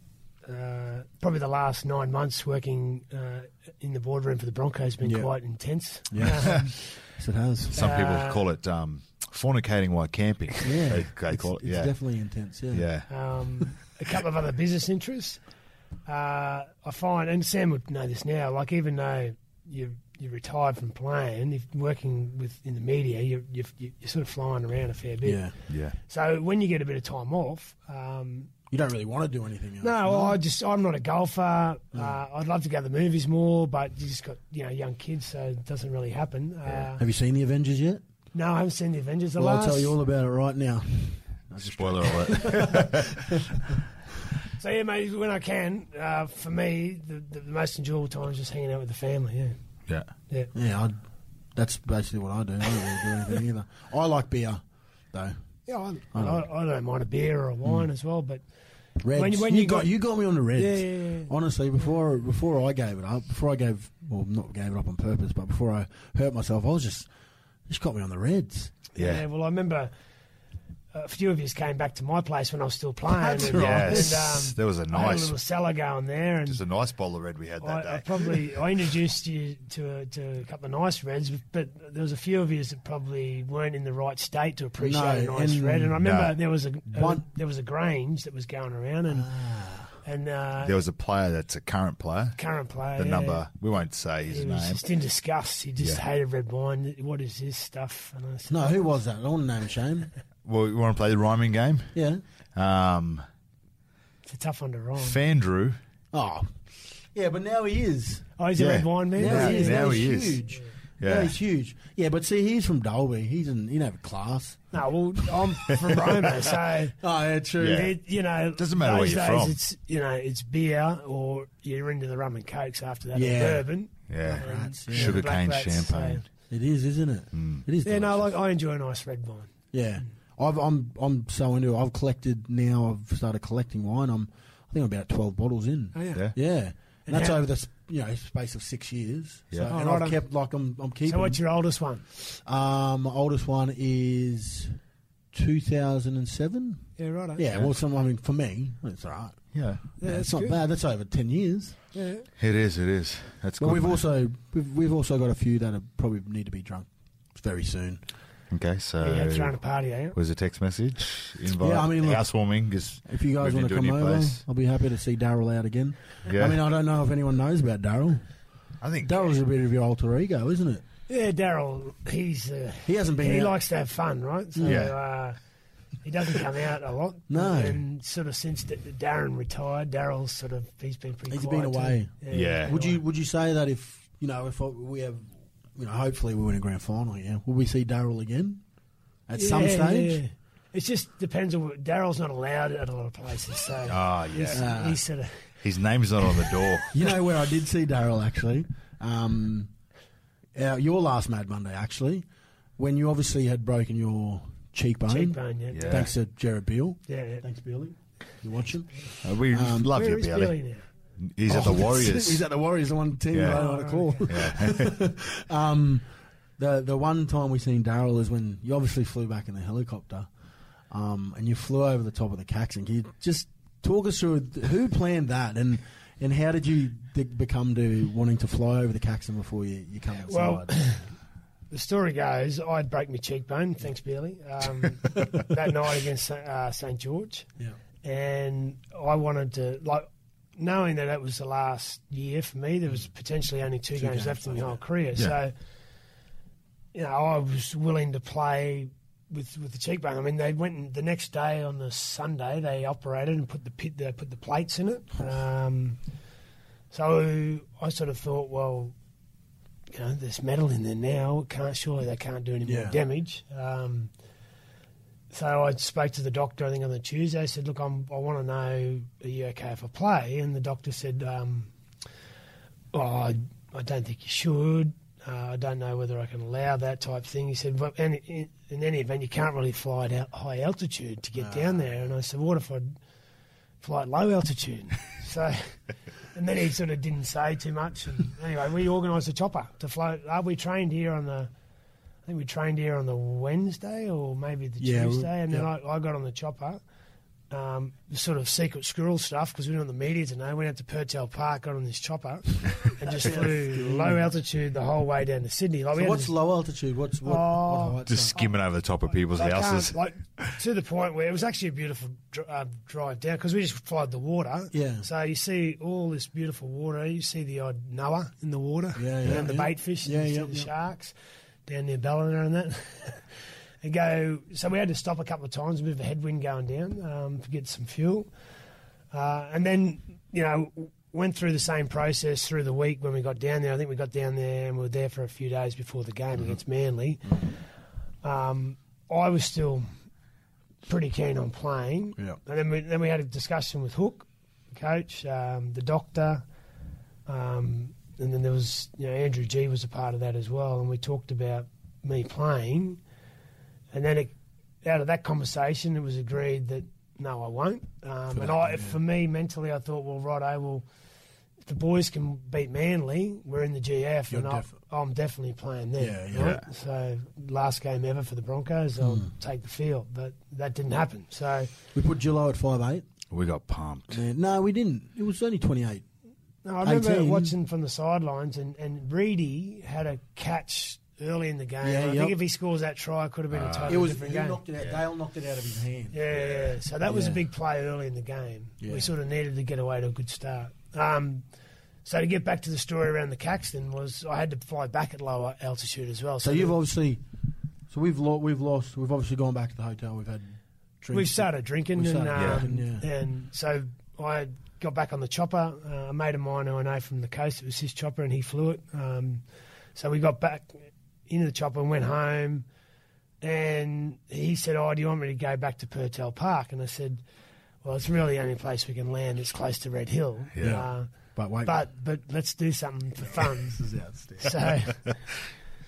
[SPEAKER 3] uh, probably the last nine months working uh, in the boardroom for the Broncos has been
[SPEAKER 2] Yeah.
[SPEAKER 3] quite intense.
[SPEAKER 2] Yeah, yes, it has.
[SPEAKER 1] Some people
[SPEAKER 3] Uh,
[SPEAKER 1] call it um, fornicating while camping.
[SPEAKER 2] Yeah,
[SPEAKER 1] They, they
[SPEAKER 2] it's,
[SPEAKER 1] call it.
[SPEAKER 2] it's
[SPEAKER 1] Yeah.
[SPEAKER 2] definitely intense. Yeah,
[SPEAKER 1] yeah.
[SPEAKER 3] um, a couple of other business interests. Uh, I find, and Sam would know this now. Like even though you you retired from playing, if working with in the media, you you you're sort of flying around a fair bit.
[SPEAKER 2] yeah.
[SPEAKER 1] Yeah.
[SPEAKER 3] So when you get a bit of time off, um,
[SPEAKER 2] You don't really want to do anything else.
[SPEAKER 3] No, well, I just I'm not a golfer.
[SPEAKER 2] Mm.
[SPEAKER 3] Uh, I'd love to go to the movies more, but you just got you know young kids, so it doesn't really happen. Uh,
[SPEAKER 2] Have you seen the Avengers yet?
[SPEAKER 3] no, I haven't seen the Avengers. The
[SPEAKER 2] well,
[SPEAKER 3] last,
[SPEAKER 2] I'll tell you all about it right now.
[SPEAKER 1] Spoiler alert.
[SPEAKER 3] So yeah, mate, when I can, uh, for me, the, the most enjoyable time is just hanging out with the family. Yeah,
[SPEAKER 1] yeah.
[SPEAKER 3] yeah.
[SPEAKER 2] Yeah, I, that's basically what I do. I don't really do anything either. I like beer, though.
[SPEAKER 3] Yeah, I, I, I, don't mind a beer
[SPEAKER 2] Mm.
[SPEAKER 3] or a wine as well, but
[SPEAKER 2] Reds.
[SPEAKER 3] When you- when
[SPEAKER 2] you,
[SPEAKER 3] you
[SPEAKER 2] got,
[SPEAKER 3] got-
[SPEAKER 2] you got me on the Reds.
[SPEAKER 3] Yeah, yeah, yeah.
[SPEAKER 2] Honestly, before before I gave it up, before I gave well not gave it up on purpose, but before I hurt myself, I was just just got me on the Reds.
[SPEAKER 1] Yeah.
[SPEAKER 3] well, I remember a few of you came back to my place when I was still playing. and, uh,
[SPEAKER 2] right.
[SPEAKER 1] Yes.
[SPEAKER 3] and, um,
[SPEAKER 1] there was a
[SPEAKER 3] I had a
[SPEAKER 1] nice,
[SPEAKER 3] little cellar going there, and
[SPEAKER 1] just a nice bowl of red we had that
[SPEAKER 3] I, I
[SPEAKER 1] day.
[SPEAKER 3] probably I introduced you to a, to a couple of nice reds, but there was a few of you that probably weren't in the right state to appreciate
[SPEAKER 2] No,
[SPEAKER 3] a nice
[SPEAKER 2] and-
[SPEAKER 3] red. And I remember
[SPEAKER 1] No.
[SPEAKER 3] there was a, a-
[SPEAKER 2] One-
[SPEAKER 3] there was a Grange that was going around, and and uh,
[SPEAKER 1] Ah. There was a player that's a current player.
[SPEAKER 3] current player,
[SPEAKER 1] The
[SPEAKER 3] yeah,
[SPEAKER 1] number we won't say his
[SPEAKER 3] He was
[SPEAKER 1] name.
[SPEAKER 3] just in disgust. He just
[SPEAKER 1] Yeah.
[SPEAKER 3] hated red wine. What is this stuff? And I said,
[SPEAKER 2] No, who was that? I don't want to name Shane.
[SPEAKER 1] Well, you want to play the rhyming game?
[SPEAKER 2] Yeah.
[SPEAKER 1] Um,
[SPEAKER 3] it's a tough one to rhyme.
[SPEAKER 1] Fandrew.
[SPEAKER 2] Oh. Yeah, but now he is.
[SPEAKER 3] Oh, he's a
[SPEAKER 1] Yeah.
[SPEAKER 3] red wine man.
[SPEAKER 2] Now he is.
[SPEAKER 1] Now
[SPEAKER 2] Now he's
[SPEAKER 1] he is.
[SPEAKER 2] huge.
[SPEAKER 1] Yeah.
[SPEAKER 2] Now he's huge. Yeah, but see, he's from Dolby. He's in, he didn't have class.
[SPEAKER 3] No, well, I'm from Roma, so
[SPEAKER 2] Oh, yeah, true.
[SPEAKER 1] Yeah.
[SPEAKER 3] It, you know,
[SPEAKER 1] Doesn't matter where
[SPEAKER 3] those
[SPEAKER 1] you're
[SPEAKER 3] days
[SPEAKER 1] from.
[SPEAKER 3] It's you know, it's beer or you're into the rum and cokes after that.
[SPEAKER 2] Yeah.
[SPEAKER 3] Yeah, bourbon.
[SPEAKER 1] Yeah.
[SPEAKER 3] and
[SPEAKER 2] yeah.
[SPEAKER 1] Sugar cane
[SPEAKER 3] black rats,
[SPEAKER 1] champagne.
[SPEAKER 2] It is, isn't it?
[SPEAKER 1] Hmm.
[SPEAKER 2] It is.
[SPEAKER 3] So. Yeah, no,
[SPEAKER 2] delicious.
[SPEAKER 3] like I enjoy a nice red wine.
[SPEAKER 2] Yeah, I've, I'm I'm so into it. I've collected now. I've started collecting wine. I'm I think I'm about twelve bottles in.
[SPEAKER 3] Oh, yeah.
[SPEAKER 1] Yeah.
[SPEAKER 2] Yeah, and
[SPEAKER 3] And
[SPEAKER 2] that's
[SPEAKER 3] how-
[SPEAKER 2] over the s- you know space of six years.
[SPEAKER 1] Yeah.
[SPEAKER 2] So,
[SPEAKER 3] Oh,
[SPEAKER 2] and
[SPEAKER 3] right
[SPEAKER 2] I've
[SPEAKER 3] on.
[SPEAKER 2] kept like I'm I'm keeping.
[SPEAKER 3] So, what's your oldest one?
[SPEAKER 2] um, my oldest one is two thousand and seven.
[SPEAKER 3] Yeah, right.
[SPEAKER 2] Yeah, well, some I mean for me, it's all right.
[SPEAKER 1] Yeah.
[SPEAKER 2] Yeah, it's not bad. That's over ten years.
[SPEAKER 3] Yeah.
[SPEAKER 1] It is. It is. That's
[SPEAKER 2] But
[SPEAKER 1] good.
[SPEAKER 2] we've
[SPEAKER 1] mate.
[SPEAKER 2] also we've, we've also got a few that are probably need to be drunk very soon.
[SPEAKER 1] okay. So
[SPEAKER 3] yeah, you're throwing a party, eh?
[SPEAKER 1] was a text message invite.
[SPEAKER 2] Yeah, I mean, look-
[SPEAKER 1] housewarming is
[SPEAKER 2] If you guys
[SPEAKER 1] moved
[SPEAKER 2] want
[SPEAKER 1] into
[SPEAKER 2] to
[SPEAKER 1] a
[SPEAKER 2] come
[SPEAKER 1] new
[SPEAKER 2] over,
[SPEAKER 1] place.
[SPEAKER 2] I'll be happy to see Daryl out again.
[SPEAKER 1] Yeah.
[SPEAKER 2] I mean, I don't know if anyone knows about Daryl.
[SPEAKER 1] I think
[SPEAKER 2] Daryl's a bit of your alter ego, isn't it?
[SPEAKER 3] Yeah, Daryl, he's uh,
[SPEAKER 2] He hasn't been.
[SPEAKER 3] he
[SPEAKER 2] out-
[SPEAKER 3] likes to have fun, right? So,
[SPEAKER 1] Yeah.
[SPEAKER 3] uh, he doesn't come out a lot.
[SPEAKER 2] No.
[SPEAKER 3] And sort of since D- Darren retired, Daryl's sort of he's been pretty.
[SPEAKER 2] He's
[SPEAKER 3] quiet
[SPEAKER 2] been
[SPEAKER 3] too.
[SPEAKER 2] away.
[SPEAKER 1] Yeah.
[SPEAKER 2] Would you Would you say that if you know if I- we have you know hopefully we win a grand final, yeah, will we see Daryl again at some
[SPEAKER 3] Yeah,
[SPEAKER 2] stage?
[SPEAKER 3] yeah. It just depends on what Daryl's not allowed at a lot of places, so
[SPEAKER 1] Ah, yes.
[SPEAKER 3] he's,
[SPEAKER 2] Ah.
[SPEAKER 3] he's sort of
[SPEAKER 1] His name's not on the door.
[SPEAKER 2] You know where I did see Daryl actually. Um, uh, your last Mad Monday actually, when you obviously had broken your cheekbone,
[SPEAKER 3] cheekbone, yeah.
[SPEAKER 1] Yeah.
[SPEAKER 2] thanks to Jared Beale.
[SPEAKER 3] Yeah, yeah.
[SPEAKER 2] Thanks, Beale. You watching?
[SPEAKER 1] Uh, we
[SPEAKER 2] Um,
[SPEAKER 1] love
[SPEAKER 3] Where
[SPEAKER 1] you,
[SPEAKER 3] is
[SPEAKER 1] Billy.
[SPEAKER 3] Billy now?
[SPEAKER 1] He's at the
[SPEAKER 2] Oh, that's-
[SPEAKER 1] Warriors.
[SPEAKER 2] He's at the Warriors, the one team
[SPEAKER 1] Yeah.
[SPEAKER 2] that I want to
[SPEAKER 3] Oh,
[SPEAKER 2] call.
[SPEAKER 1] yeah.
[SPEAKER 2] Um, the the one time we seen Daryl is when you obviously flew back in the helicopter, um, and you flew over the top of the Caxton. Can you just talk us through th- who planned that and and how did you d- become to wanting to fly over the Caxton before you you come inside?
[SPEAKER 3] Well, The story goes, I'd break my cheekbone, thanks, Billy, um, that night against uh, St George,
[SPEAKER 2] yeah,
[SPEAKER 3] and I wanted to like. Knowing that it was the last year for me, there was potentially only two,
[SPEAKER 2] Two
[SPEAKER 3] games,
[SPEAKER 2] games
[SPEAKER 3] left in my
[SPEAKER 2] left,
[SPEAKER 3] whole career.
[SPEAKER 1] Yeah.
[SPEAKER 3] So, you know, I was willing to play with with the cheekbone. I mean, they went and the next day on the Sunday they operated and put the pit, they put the plates in it. Um, so I sort of thought, well, you know, there's metal in there now. It Can't surely they can't do any
[SPEAKER 2] Yeah.
[SPEAKER 3] more damage. Um, so I spoke to the doctor. I think on the Tuesday, I said, look, I'm, I want to know, are you okay if I play? And the doctor said, um, oh, I, I don't think you should. Uh, I don't know whether I can allow that type thing. He said, well, and in, in any event, you can't really fly at out- high altitude to get down there. And I said, what if I fly at low altitude? so, and then he sort of didn't say too much. And anyway, we organised a chopper to float. Uh, we trained here on the, I think we trained here on the Wednesday or maybe the
[SPEAKER 2] Yeah, we-
[SPEAKER 3] Tuesday. And then
[SPEAKER 2] yeah.
[SPEAKER 3] I, I got on the chopper um, sort of secret squirrel stuff because we didn't want the media to know. Went out to Pertel Park, got on this chopper, and just flew low altitude the whole way down to Sydney. Like
[SPEAKER 2] so
[SPEAKER 3] we had
[SPEAKER 2] what's
[SPEAKER 3] this-
[SPEAKER 2] low altitude? What's what?
[SPEAKER 3] Oh,
[SPEAKER 2] what height?
[SPEAKER 1] Just skimming over the top of people's
[SPEAKER 3] I can't-
[SPEAKER 1] houses.
[SPEAKER 3] like to the point where it was actually a beautiful dr- uh, drive down because we just followed the water.
[SPEAKER 2] Yeah.
[SPEAKER 3] So you see all this beautiful water. You see the odd Noah in the water.
[SPEAKER 2] Yeah,
[SPEAKER 3] And
[SPEAKER 2] yeah,
[SPEAKER 3] then the
[SPEAKER 2] yeah.
[SPEAKER 3] bait fish.
[SPEAKER 2] Yeah,
[SPEAKER 3] and you see
[SPEAKER 2] yeah,
[SPEAKER 3] the
[SPEAKER 2] yeah.
[SPEAKER 3] sharks down near Ballina and that. and go. So we had to stop a couple of times. A bit of a headwind going down um, to get some fuel. Uh, and then, you know, went through the same process through the week when we got down there. I think we got down there and we were there for a few days before the
[SPEAKER 2] Mm-hmm.
[SPEAKER 3] game against Manly. Um, I was still pretty keen on playing.
[SPEAKER 2] Yeah.
[SPEAKER 3] And then we, then we had a discussion with Hook, the coach, um, the doctor, um, and then there was, you know, Andrew G was a part of that as well. And we talked about me playing. And then it, out of that conversation, it was agreed that no, I won't. Um, and I, for me, mentally, I thought, well, righto, well, if the boys can beat Manly, we're in the GF,
[SPEAKER 2] You're
[SPEAKER 3] and
[SPEAKER 2] defi-
[SPEAKER 3] I, I'm definitely playing
[SPEAKER 2] Yeah,
[SPEAKER 3] there.
[SPEAKER 2] Hmm. yeah.
[SPEAKER 3] right? So last game ever for the Broncos, I'll take the field, but that didn't happen. So
[SPEAKER 2] We put Gillo at five eight.
[SPEAKER 1] We got pumped.
[SPEAKER 2] No, we didn't. It was only twenty eight.
[SPEAKER 3] No, I remember
[SPEAKER 2] 18.
[SPEAKER 3] watching from the sidelines, and, and Reedy had a catch early in the game.
[SPEAKER 2] Yeah,
[SPEAKER 3] I
[SPEAKER 2] yep. Uh,
[SPEAKER 3] think if he scores that try, it could have been a totally
[SPEAKER 2] It was.
[SPEAKER 3] different
[SPEAKER 2] He
[SPEAKER 3] game.
[SPEAKER 2] knocked it out. Dale knocked it out of his hand.
[SPEAKER 3] Yeah, yeah. So that was a
[SPEAKER 2] Yeah.
[SPEAKER 3] big play early in the game.
[SPEAKER 2] Yeah.
[SPEAKER 3] We sort of needed to get away to a good start. Um, so to get back to the story around the Caxton was I had to fly back at lower altitude as well.
[SPEAKER 2] So
[SPEAKER 3] the-
[SPEAKER 2] you've obviously, so we've lo- we've lost. We've obviously gone back to the hotel. We've had. Drinks
[SPEAKER 3] We've started drinking,
[SPEAKER 2] We've
[SPEAKER 3] and,
[SPEAKER 2] started
[SPEAKER 3] um,
[SPEAKER 2] drinking,
[SPEAKER 3] and so I got back on the chopper. Uh, a mate of mine who I know from the coast, it was his chopper, and he flew it. Um, so we got back into the chopper and went home. And he said, "Oh, do you want me to go back to Pertel Park?" And I said, "Well, it's really the only place we can land. It's close to Red Hill.
[SPEAKER 1] Yeah.
[SPEAKER 3] Uh,
[SPEAKER 2] But wait,
[SPEAKER 3] but but let's do something for fun."
[SPEAKER 2] this is outstanding.
[SPEAKER 3] So,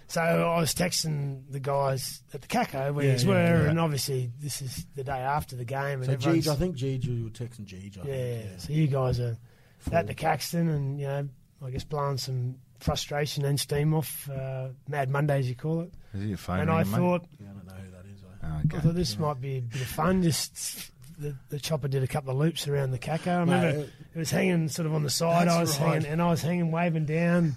[SPEAKER 3] so I was texting the guys at the Caco where
[SPEAKER 2] Yeah,
[SPEAKER 3] these
[SPEAKER 2] yeah,
[SPEAKER 3] were,
[SPEAKER 1] yeah.
[SPEAKER 3] and obviously this is the day after the game, and
[SPEAKER 2] So
[SPEAKER 3] everyone's
[SPEAKER 2] Jeej, I think Jeej, you were texting Jeej. I
[SPEAKER 3] yeah,
[SPEAKER 2] think,
[SPEAKER 3] So you guys are
[SPEAKER 2] Full.
[SPEAKER 3] at the Caxton, and you know, I guess blowing some frustration and steam off uh, Mad Mondays, you call it.
[SPEAKER 1] Is it your phone?
[SPEAKER 3] and I
[SPEAKER 1] ringing, mate?
[SPEAKER 3] thought,
[SPEAKER 2] Yeah, I don't know who that is. eh?
[SPEAKER 1] Oh,
[SPEAKER 3] I
[SPEAKER 1] okay.
[SPEAKER 3] thought this might be a bit of fun. Just the, the chopper did a couple of loops around the Caco. I
[SPEAKER 2] Mate,
[SPEAKER 3] remember
[SPEAKER 2] it-
[SPEAKER 3] it was hanging sort of on the side.
[SPEAKER 2] That's
[SPEAKER 3] I was
[SPEAKER 2] right.
[SPEAKER 3] hanging, and I was hanging, waving down.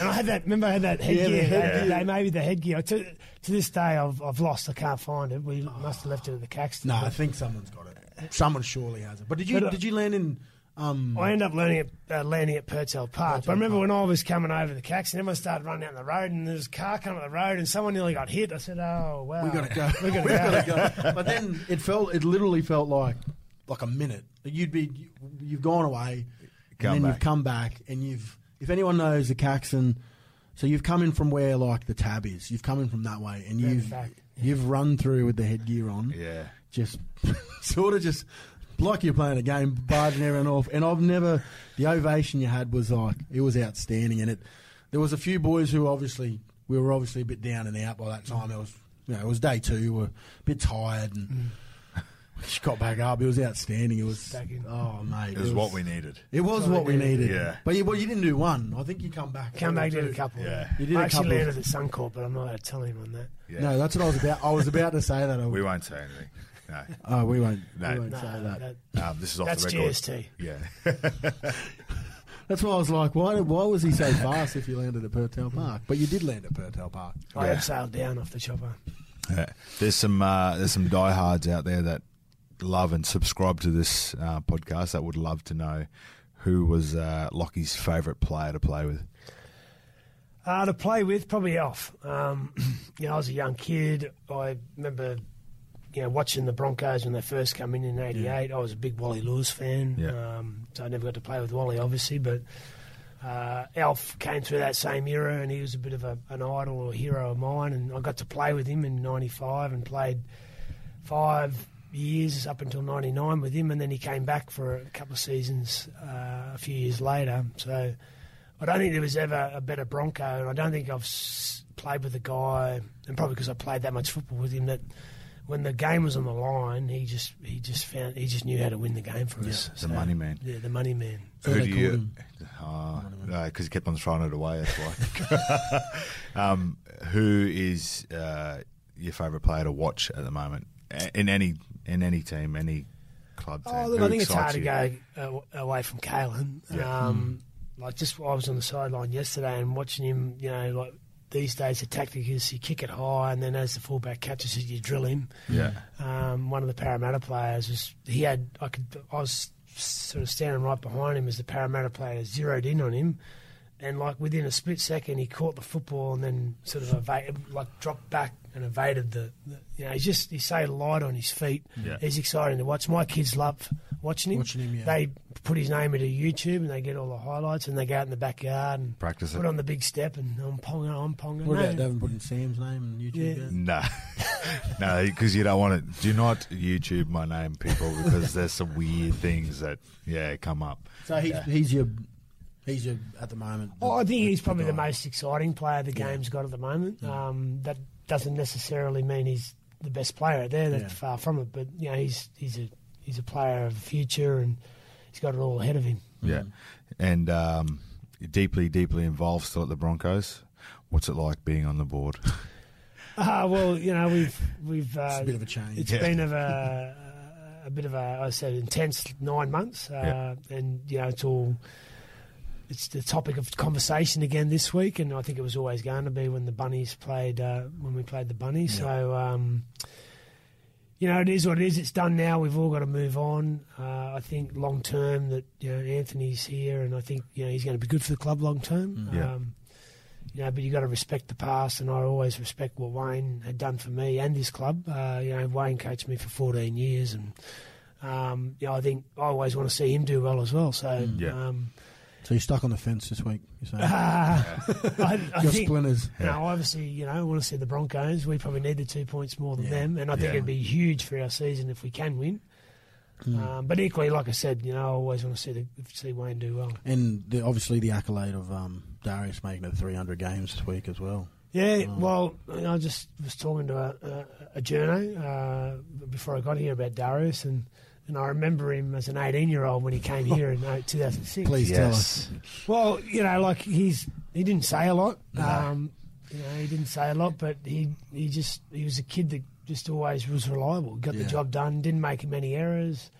[SPEAKER 3] And I had that. Remember, I had that
[SPEAKER 2] Yeah,
[SPEAKER 3] headgear.
[SPEAKER 2] the
[SPEAKER 3] They-
[SPEAKER 2] headgear.
[SPEAKER 3] They, maybe the headgear. To, to this day, I've, I've lost. I can't find it. We must have left it at the Caxton.
[SPEAKER 2] No, I
[SPEAKER 3] But
[SPEAKER 2] think someone's got it. Someone surely has it. But did you
[SPEAKER 3] But, uh,
[SPEAKER 2] did you land in? Um,
[SPEAKER 3] I ended up learning at, uh, landing at Pertel Park. but I remember when I was coming over the Caxton, everyone started running down the road, and there was a car coming up the road, and someone nearly got hit. I said, "Oh wow,
[SPEAKER 2] we got to go.
[SPEAKER 3] we got to
[SPEAKER 2] We've
[SPEAKER 3] go."
[SPEAKER 2] gotta go. But then it felt. It literally felt like like a minute. You'd be you, you've gone away,
[SPEAKER 1] Come
[SPEAKER 2] and then
[SPEAKER 1] back.
[SPEAKER 2] you've come back, and you've if anyone knows the Caxton. So you've come in from where like the tab is. You've come in from that way, and
[SPEAKER 3] Round the
[SPEAKER 2] you've
[SPEAKER 3] back.
[SPEAKER 2] you've run through with the headgear on.
[SPEAKER 1] Yeah.
[SPEAKER 2] just sort of just like you're playing a game, barging everyone off. And I've never the ovation you had was like it was outstanding. And it there was a few boys who obviously we were obviously a bit down and out by that
[SPEAKER 3] Mm.
[SPEAKER 2] time. It was you know it was day two, we were a bit tired and. we Just got back up. It was outstanding. It was
[SPEAKER 3] Back Mm. in.
[SPEAKER 2] oh mate,
[SPEAKER 1] It was what we needed.
[SPEAKER 2] It was what we needed.
[SPEAKER 1] Yeah.
[SPEAKER 2] but you, well, you didn't do one. I think you come back.
[SPEAKER 3] Come back did a
[SPEAKER 2] two.
[SPEAKER 3] couple.
[SPEAKER 1] Yeah.
[SPEAKER 2] You did
[SPEAKER 3] I
[SPEAKER 2] a
[SPEAKER 3] actually
[SPEAKER 2] couple.
[SPEAKER 3] landed at Suncorp, but I'm not going to tell him on that.
[SPEAKER 1] Yeah.
[SPEAKER 2] No, that's what I was about. I was about to say that.
[SPEAKER 1] We won't say anything. No.
[SPEAKER 2] oh, we won't.
[SPEAKER 1] No.
[SPEAKER 2] we won't
[SPEAKER 3] No,
[SPEAKER 2] say that.
[SPEAKER 3] that-
[SPEAKER 1] Um, this is off
[SPEAKER 3] that's
[SPEAKER 1] the record.
[SPEAKER 3] GST.
[SPEAKER 1] Yeah.
[SPEAKER 2] That's why I was like, why, why was he so fast if you landed at Pertel Park? But you did land at Pertel Park.
[SPEAKER 3] I
[SPEAKER 1] Yeah.
[SPEAKER 3] had sailed down off the chopper.
[SPEAKER 1] Yeah. There's some uh, there's some diehards out there that love and subscribe to this uh, podcast that would love to know who was uh, Lockie's favourite player to play with.
[SPEAKER 3] Uh, to play with, probably off. Um, you know, I was a young kid. I remember, you know, watching the Broncos when they first come in in '88. I was a big Wally Lewis fan,
[SPEAKER 1] Yeah.
[SPEAKER 3] um, so I never got to play with Wally, obviously. But uh, Alf came through that same era, and he was a bit of a, an idol or hero of mine. And I got to play with him in '95 and played five years up until 99 with him and then he came back for a couple of seasons uh, a few years later so I don't think there was ever a better Bronco and I don't think I've s- played with a guy and probably because I played that much football with him that when the game was on the line he just he just found he just knew how to win the game for us
[SPEAKER 1] The money man.
[SPEAKER 3] yeah the money man
[SPEAKER 2] So
[SPEAKER 1] who
[SPEAKER 2] they
[SPEAKER 1] do
[SPEAKER 2] called
[SPEAKER 1] you?
[SPEAKER 2] him.
[SPEAKER 1] Because he kept on throwing it away. That's why. um, who is uh, your favourite player to watch at the moment A- in any in any team, any club team?
[SPEAKER 3] Oh, look,
[SPEAKER 1] Who
[SPEAKER 3] I think it's hard
[SPEAKER 1] excites
[SPEAKER 3] to
[SPEAKER 1] you?
[SPEAKER 3] go uh, away from Kalen.
[SPEAKER 1] Yeah.
[SPEAKER 3] Um, Like, just I was on the sideline yesterday and watching him, you know, like these days the tactic is you kick it high and then as the fullback catches it, you drill him.
[SPEAKER 1] Yeah.
[SPEAKER 3] Um, one of the Parramatta players was, he had, I could, I was sort of standing right behind him as the Parramatta player zeroed in on him. And like within a split second, he caught the football and then sort of eva- like dropped back and evaded the, the you know, he's just he's so light on his feet.
[SPEAKER 1] Yeah.
[SPEAKER 3] He's exciting to watch. My kids love watching him.
[SPEAKER 2] Watching him, yeah.
[SPEAKER 3] They put his name into YouTube and they get all the highlights and they go out in the backyard and
[SPEAKER 1] Practice
[SPEAKER 3] put
[SPEAKER 1] it.
[SPEAKER 3] on the big step and I'm ponga, I'm ponga.
[SPEAKER 2] What about
[SPEAKER 3] No.
[SPEAKER 2] they haven't put in Sam's name and YouTube?
[SPEAKER 3] Yeah. Mm.
[SPEAKER 2] yet?
[SPEAKER 1] No, no, because you don't want it. Do not YouTube my name, people, because there's some weird things that yeah come up.
[SPEAKER 2] So he's,
[SPEAKER 1] Yeah.
[SPEAKER 2] he's your, he's your at the moment.
[SPEAKER 3] Oh, I think he's probably the
[SPEAKER 2] guy.
[SPEAKER 3] most exciting player the game's got at the moment. Um, that doesn't necessarily mean he's the best player out there. That's
[SPEAKER 2] Yeah.
[SPEAKER 3] far from it. But you know, he's he's a he's a player of the future, and he's got it all ahead of him.
[SPEAKER 2] Mm.
[SPEAKER 1] Yeah, and um, deeply, deeply involved still at the Broncos. What's it like being on the board?
[SPEAKER 3] Ah, well, you know, we've we've uh,
[SPEAKER 2] It's a bit of a change.
[SPEAKER 3] It's
[SPEAKER 1] Yeah.
[SPEAKER 3] been of a a bit of a I said intense nine months, uh, and you know it's all it's the topic of conversation again this week, and I think it was always going to be when the bunnies played uh, when we played the bunnies. So. Um, you know, it is what it is. It's done now. We've all got to move on. Uh, I think long term that you know Anthony's here, and I think you know he's going to be good for the club long term.
[SPEAKER 1] Mm. Yeah.
[SPEAKER 3] Um, you know, but you got to respect the past, and I always respect what Wayne had done for me and this club. Uh, you know, Wayne coached me for 14 years, and um, you know, I think I always want to see him do well as well. So,
[SPEAKER 1] Mm. Yeah.
[SPEAKER 3] um,
[SPEAKER 2] So you're stuck on the fence this week. You're saying
[SPEAKER 3] ah, I, I
[SPEAKER 2] your
[SPEAKER 3] think
[SPEAKER 2] splinters.
[SPEAKER 1] Yeah.
[SPEAKER 3] now, obviously, you know, I want to see the Broncos. We probably need the two points more than
[SPEAKER 2] Yeah.
[SPEAKER 3] them, and I think
[SPEAKER 1] Yeah.
[SPEAKER 3] it'd be huge for our season if we can win.
[SPEAKER 1] Mm.
[SPEAKER 2] Mm.
[SPEAKER 3] Um, but equally, like I said, you know, I always want to see the, see Wayne do well.
[SPEAKER 2] And the, obviously the accolade of um, Darius making it 300 games this week as well.
[SPEAKER 3] Yeah,
[SPEAKER 2] Mm.
[SPEAKER 3] well, you know, I just was talking to a, a, a journo uh, before I got here about Darius, and, and I remember him as an 18 year old when he came here in uh, 2006.
[SPEAKER 2] Please tell us.
[SPEAKER 3] Well, you know, like he's he didn't say a lot.
[SPEAKER 2] No.
[SPEAKER 3] Um, you know, he didn't say a lot, but he he just he was a kid that just always was reliable. Got
[SPEAKER 2] Yeah.
[SPEAKER 3] the job done. Didn't make many errors.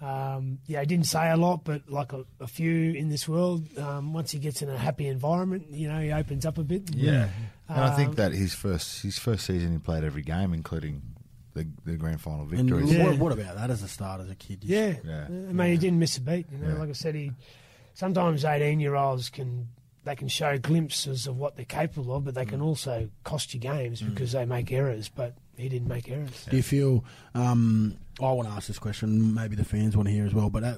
[SPEAKER 3] Um, yeah, he didn't say a lot, but like a, a few in this world, um, once he gets in a happy environment, you know, he opens up a bit.
[SPEAKER 1] Yeah, and I
[SPEAKER 3] Um,
[SPEAKER 1] think that his first his first season he played every game, including the, the grand final
[SPEAKER 2] Mm. And
[SPEAKER 1] victories.
[SPEAKER 3] Yeah.
[SPEAKER 2] what, what about that as a start as a kid? You-
[SPEAKER 3] Yeah.
[SPEAKER 1] Yeah.
[SPEAKER 3] I mean, he didn't miss a beat. You know,
[SPEAKER 1] Yeah.
[SPEAKER 3] like I said, he sometimes eighteen-year-olds can they can show glimpses of what they're capable of, but they
[SPEAKER 1] Mm.
[SPEAKER 3] can also cost you games because they make errors. But he didn't make errors.
[SPEAKER 2] Do you feel? Um, I want to ask this question. Maybe the fans want to hear as well. But that,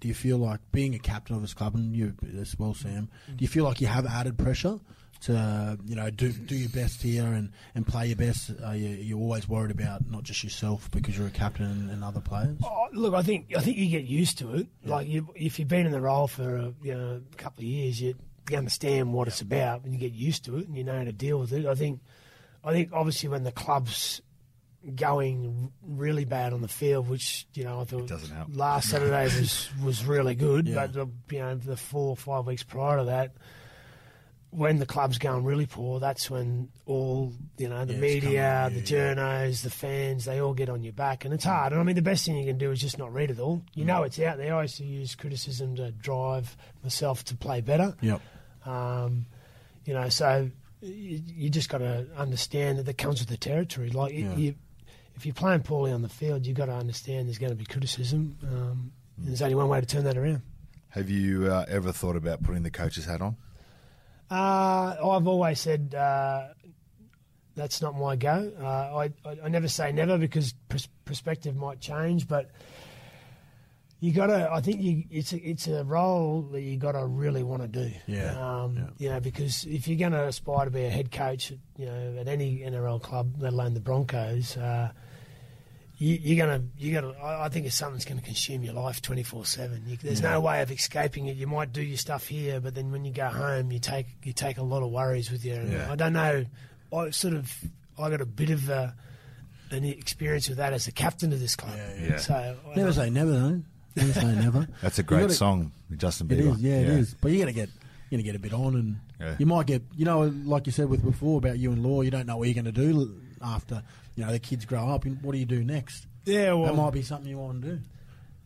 [SPEAKER 2] do you feel like being a captain of this club and you as well, Sam? Do you feel like you have added pressure to you know do do your best here and, and play your best? Are you you're always worried about not just yourself because you're a captain and other players?
[SPEAKER 3] Oh, look, I think I think you get used to it. Like you, if you've been in the role for a, you know a couple of years, you you understand what it's about, and you get used to it, and you know how to deal with it. I think, I think obviously when the club's going really bad on the field, which you know I thought
[SPEAKER 1] doesn't help.
[SPEAKER 3] last Saturday was was really good,
[SPEAKER 2] Yeah.
[SPEAKER 3] but the, you know the four or five weeks prior to that. When the club's going really poor, that's when all you know the
[SPEAKER 2] Yeah, it's
[SPEAKER 3] media,
[SPEAKER 2] coming,
[SPEAKER 3] the
[SPEAKER 2] yeah,
[SPEAKER 3] journalists, journos, the fans, they all get on your back, and it's hard. And I mean, the best thing you can do is just not read it all.
[SPEAKER 2] Mm.
[SPEAKER 3] You know, it's out there. I used to use criticism to drive myself to play better.
[SPEAKER 2] Yep.
[SPEAKER 3] Um, you know, so you, you just got to understand that that comes with the territory. Like, you-
[SPEAKER 2] Yeah.
[SPEAKER 3] you, if you're playing poorly on the field, you've got to understand there's going to be criticism. Um, and There's only one way to turn that around.
[SPEAKER 1] Have you uh, ever thought about putting the coach's hat on?
[SPEAKER 3] Uh, I've always said uh, that's not my go. Uh, I, I I never say never because pers- perspective might change, but you got to. I think you, it's a, it's a role that you got to really want to do.
[SPEAKER 2] Yeah,
[SPEAKER 3] Um,
[SPEAKER 2] yeah.
[SPEAKER 3] You know, because if you're going to aspire to be a head coach, at, you know, at any NRL club, let alone the Broncos. Uh, you, you're gonna, you gotta. I I think it's something that's gonna consume your life twenty four seven. There's no way of escaping it. You might do your stuff here, but then when you go home, you take you take a lot of worries with you. And
[SPEAKER 1] Yeah.
[SPEAKER 3] I don't know. I sort of, I got a bit of a, an experience with that as the captain of this club.
[SPEAKER 2] Yeah,
[SPEAKER 1] yeah.
[SPEAKER 3] So I
[SPEAKER 2] Never
[SPEAKER 3] don't-
[SPEAKER 2] say never though. Never say never.
[SPEAKER 1] That's a
[SPEAKER 2] You
[SPEAKER 1] great
[SPEAKER 2] gotta-
[SPEAKER 1] song, Justin
[SPEAKER 2] It
[SPEAKER 1] Bieber.
[SPEAKER 2] is, yeah, it is. But you're gonna get you're gonna get a bit on, and
[SPEAKER 1] Yeah.
[SPEAKER 2] you might get you know, like you said with before about you and Law, you don't know what you're gonna do l- after you know the kids grow up. And what do you do next?
[SPEAKER 3] yeah. Well,
[SPEAKER 2] that might be something you want to do.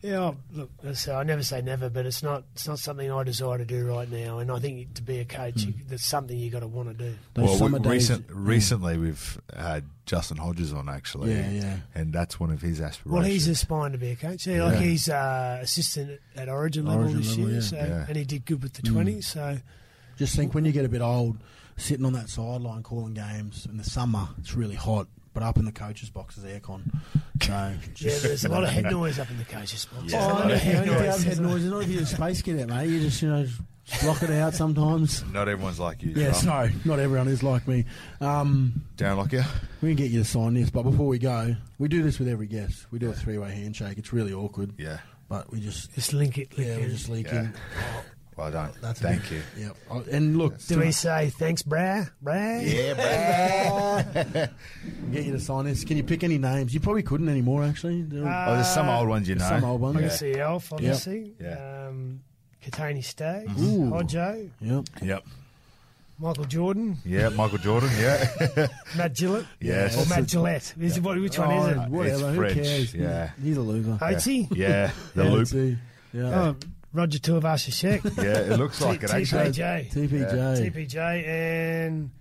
[SPEAKER 3] Yeah, look, so I never say never, but it's not it's not something I desire to do right now. And I think to be a coach,
[SPEAKER 2] Hmm.
[SPEAKER 3] you, that's something you got to want to do.
[SPEAKER 2] Those
[SPEAKER 1] well,
[SPEAKER 2] summer
[SPEAKER 1] we,
[SPEAKER 2] days,
[SPEAKER 1] recent,
[SPEAKER 2] yeah.
[SPEAKER 1] recently we've had Justin Hodges on actually.
[SPEAKER 2] Yeah, yeah.
[SPEAKER 1] And that's one of his aspirations.
[SPEAKER 3] Well, he's aspiring to be a coach. Yeah, like
[SPEAKER 1] Yeah.
[SPEAKER 3] he's uh, assistant at Origin level
[SPEAKER 2] Origin
[SPEAKER 3] this
[SPEAKER 2] level,
[SPEAKER 3] year,
[SPEAKER 2] yeah. Mm.
[SPEAKER 3] so
[SPEAKER 1] Yeah.
[SPEAKER 3] and he did good with the twenty. So
[SPEAKER 2] Just think when you get a bit old, sitting on that sideline calling games in the summer, it's really hot. But up in the coaches' box is aircon. So
[SPEAKER 3] Yeah,
[SPEAKER 2] just,
[SPEAKER 3] there's a lot of head noise up in the coaches' box.
[SPEAKER 1] Yeah.
[SPEAKER 3] There's a
[SPEAKER 2] oh,
[SPEAKER 3] lot
[SPEAKER 2] no,
[SPEAKER 3] of
[SPEAKER 2] head
[SPEAKER 3] head
[SPEAKER 2] noise.
[SPEAKER 3] noise.
[SPEAKER 2] Head noise. It's Not if you're a space cadet, mate. You just you know just block it out sometimes.
[SPEAKER 1] Not everyone's like you.
[SPEAKER 2] Yeah,
[SPEAKER 1] Yes,
[SPEAKER 2] so not everyone is like me. Um,
[SPEAKER 1] Darren Lockyer.
[SPEAKER 2] we can get you to sign this, but before we go, we do this with every guest. We do a three-way handshake. It's really awkward,
[SPEAKER 1] Yeah.
[SPEAKER 2] but we just
[SPEAKER 3] Just link it. Link
[SPEAKER 2] yeah, we're
[SPEAKER 3] it.
[SPEAKER 2] just leaking.
[SPEAKER 1] Yeah. Well done.
[SPEAKER 2] That's a
[SPEAKER 1] Thank
[SPEAKER 2] bit-
[SPEAKER 1] you.
[SPEAKER 2] Yep. Oh, And look,
[SPEAKER 3] Do we say thanks, brah, brah?
[SPEAKER 1] Yeah, bro.
[SPEAKER 2] get you to sign this. Can you pick any names? You probably couldn't anymore, actually. They're-
[SPEAKER 3] Uh,
[SPEAKER 1] oh, there's some old ones you know.
[SPEAKER 2] some old ones.
[SPEAKER 1] Yeah.
[SPEAKER 3] Legacy Elf, obviously.
[SPEAKER 1] Yeah.
[SPEAKER 3] Um, Katani Staggs,
[SPEAKER 2] Mm-hmm. Ooh.
[SPEAKER 3] Hodjo,
[SPEAKER 2] yep.
[SPEAKER 1] Yep.
[SPEAKER 3] Michael Jordan,
[SPEAKER 1] Yeah, Michael Jordan. Yeah.
[SPEAKER 3] Matt Gillett.
[SPEAKER 1] Yes.
[SPEAKER 3] Or Matt Gillette. Is it, what, which one is
[SPEAKER 2] Oh,
[SPEAKER 3] it?
[SPEAKER 2] Whatever. Who
[SPEAKER 1] Ah, French,
[SPEAKER 2] cares?
[SPEAKER 1] yeah.
[SPEAKER 2] He's a loser.
[SPEAKER 3] Oatsy?
[SPEAKER 1] yeah. The
[SPEAKER 2] Yeah,
[SPEAKER 1] loop.
[SPEAKER 2] it's a- Yeah.
[SPEAKER 3] Oh, Roger Tuivasa-Sheck.
[SPEAKER 1] Yeah, it looks like it actually.
[SPEAKER 3] TPJ.
[SPEAKER 2] TPJ.
[SPEAKER 3] TPJ and...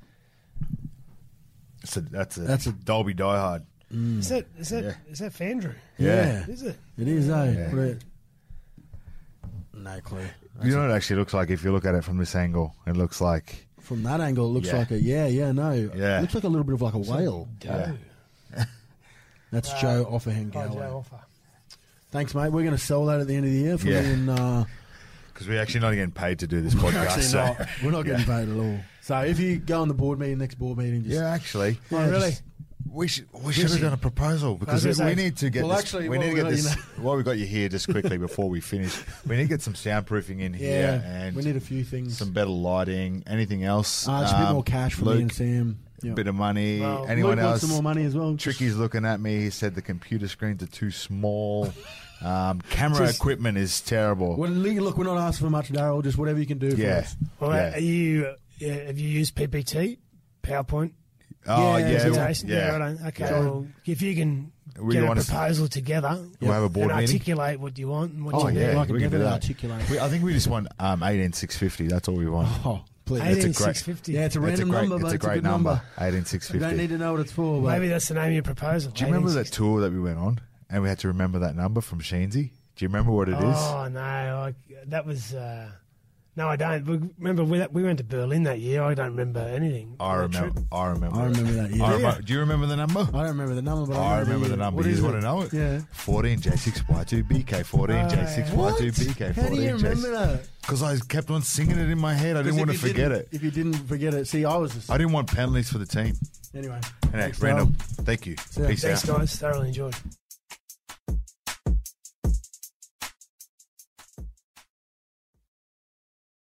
[SPEAKER 1] It's a, that's a
[SPEAKER 2] That's
[SPEAKER 1] that's
[SPEAKER 2] a-
[SPEAKER 1] a Dolby diehard.
[SPEAKER 3] Is that, is that,
[SPEAKER 1] Yeah.
[SPEAKER 3] is that Fandrew?
[SPEAKER 2] Yeah.
[SPEAKER 3] Is it?
[SPEAKER 2] It is, eh?
[SPEAKER 1] Yeah.
[SPEAKER 2] What a- No clue.
[SPEAKER 1] You know what it actually looks like if you look at it from this angle? It looks like
[SPEAKER 2] From that angle, it looks
[SPEAKER 1] Yeah.
[SPEAKER 2] like a yeah, yeah, no.
[SPEAKER 1] Yeah.
[SPEAKER 2] Looks like a little bit of like a whale.
[SPEAKER 1] Yeah.
[SPEAKER 2] That's Joe Offerhand
[SPEAKER 3] Oh,
[SPEAKER 2] Galloway.
[SPEAKER 3] Joe Offer.
[SPEAKER 2] Thanks, mate. We're going to sell that at the end of the year for
[SPEAKER 1] Yeah.
[SPEAKER 2] me and uh,
[SPEAKER 1] because we're actually not getting paid to do this
[SPEAKER 2] we're
[SPEAKER 1] podcast.
[SPEAKER 2] actually
[SPEAKER 1] so-
[SPEAKER 2] not. We're not getting paid at all. So if you go on the board meeting, next board meeting, just
[SPEAKER 1] Yeah, actually,
[SPEAKER 2] Yeah,
[SPEAKER 3] Oh, really?
[SPEAKER 2] just-
[SPEAKER 1] we should we should have done a proposal because we,
[SPEAKER 3] I was gonna
[SPEAKER 1] we
[SPEAKER 3] say-
[SPEAKER 1] need to get
[SPEAKER 2] Well,
[SPEAKER 1] this,
[SPEAKER 2] actually,
[SPEAKER 1] we
[SPEAKER 2] what
[SPEAKER 1] need to
[SPEAKER 2] we
[SPEAKER 1] get
[SPEAKER 2] gotta- you
[SPEAKER 1] this. While we got you here, just quickly before we finish, we need to get some soundproofing in
[SPEAKER 2] yeah,
[SPEAKER 1] here and
[SPEAKER 2] we need a few things.
[SPEAKER 1] some better lighting. Anything else?
[SPEAKER 2] Uh, it's a bit
[SPEAKER 1] Um,
[SPEAKER 2] more cash for
[SPEAKER 1] Luke,
[SPEAKER 2] me and Sam. Yeah.
[SPEAKER 1] Bit of money.
[SPEAKER 3] Well,
[SPEAKER 1] Anyone
[SPEAKER 2] Luke
[SPEAKER 1] else?
[SPEAKER 2] wants some more money as well.
[SPEAKER 1] Tricky's looking at me. He said the computer screens are too small. Um, camera
[SPEAKER 2] Just-
[SPEAKER 1] equipment is terrible.
[SPEAKER 2] Well, Lee, look, we're not asking for much, Daryl. Just whatever you can do for
[SPEAKER 1] yeah.
[SPEAKER 2] us.
[SPEAKER 3] Well,
[SPEAKER 1] yeah.
[SPEAKER 3] Are you, uh, yeah, have you used PPT? PowerPoint?
[SPEAKER 1] Oh
[SPEAKER 2] Yeah,
[SPEAKER 1] yeah,
[SPEAKER 2] it's
[SPEAKER 1] yeah,
[SPEAKER 3] presentation? right on. Okay,
[SPEAKER 1] Yeah.
[SPEAKER 3] well, if you can
[SPEAKER 1] We
[SPEAKER 3] get a
[SPEAKER 1] wanna-
[SPEAKER 3] proposal together
[SPEAKER 1] We'll have a board
[SPEAKER 3] and
[SPEAKER 1] meeting.
[SPEAKER 3] articulate what you want and what
[SPEAKER 2] Oh,
[SPEAKER 3] you
[SPEAKER 2] yeah,
[SPEAKER 3] need.
[SPEAKER 2] I can
[SPEAKER 1] we can do
[SPEAKER 2] definitely
[SPEAKER 1] that.
[SPEAKER 2] articulate.
[SPEAKER 1] We, I think we just want um, eighteen six fifty. That's all we want.
[SPEAKER 2] Oh, please.
[SPEAKER 1] Eight- It's a great-
[SPEAKER 3] 18650.
[SPEAKER 2] yeah, it's a
[SPEAKER 1] It's a
[SPEAKER 2] random
[SPEAKER 1] great,
[SPEAKER 2] number,
[SPEAKER 1] it's
[SPEAKER 2] but
[SPEAKER 1] a great
[SPEAKER 2] good
[SPEAKER 1] number.
[SPEAKER 2] number.
[SPEAKER 1] Eighteen six
[SPEAKER 2] You don't
[SPEAKER 1] fifty.
[SPEAKER 2] need to know what it's for, but
[SPEAKER 3] Maybe that's the name of your proposal.
[SPEAKER 1] Do you remember that
[SPEAKER 3] 18650.
[SPEAKER 1] tour that we went on and we had to remember that number from Sheensy? Do you remember what it is?
[SPEAKER 3] Oh, no. I, that was. Uh, no, I don't. We- Remember, we, we went to Berlin that year. I don't remember anything.
[SPEAKER 1] I
[SPEAKER 3] That trip.
[SPEAKER 1] remember. I remember.
[SPEAKER 2] I remember that year.
[SPEAKER 1] I remember- Do you remember the number?
[SPEAKER 2] I don't remember the number, but I,
[SPEAKER 1] I remember the number.
[SPEAKER 2] What
[SPEAKER 1] You
[SPEAKER 2] is
[SPEAKER 1] just want
[SPEAKER 2] it?
[SPEAKER 1] to know it.
[SPEAKER 2] Yeah.
[SPEAKER 1] 14 J6Y2BK. 14
[SPEAKER 3] Oh,
[SPEAKER 2] What?
[SPEAKER 1] J6Y2BK. 14
[SPEAKER 2] How do you remember that?
[SPEAKER 1] Because I kept on singing it in my head. I didn't want to forget it.
[SPEAKER 2] If you didn't forget it, see, I was just
[SPEAKER 1] I didn't want penalties for the team.
[SPEAKER 2] anyway.
[SPEAKER 1] Anyway,
[SPEAKER 2] Thanks,
[SPEAKER 1] Randall,
[SPEAKER 2] Daryl.
[SPEAKER 1] thank you.
[SPEAKER 2] ya.
[SPEAKER 1] Peace out.
[SPEAKER 3] Thanks, guys. Thoroughly enjoyed.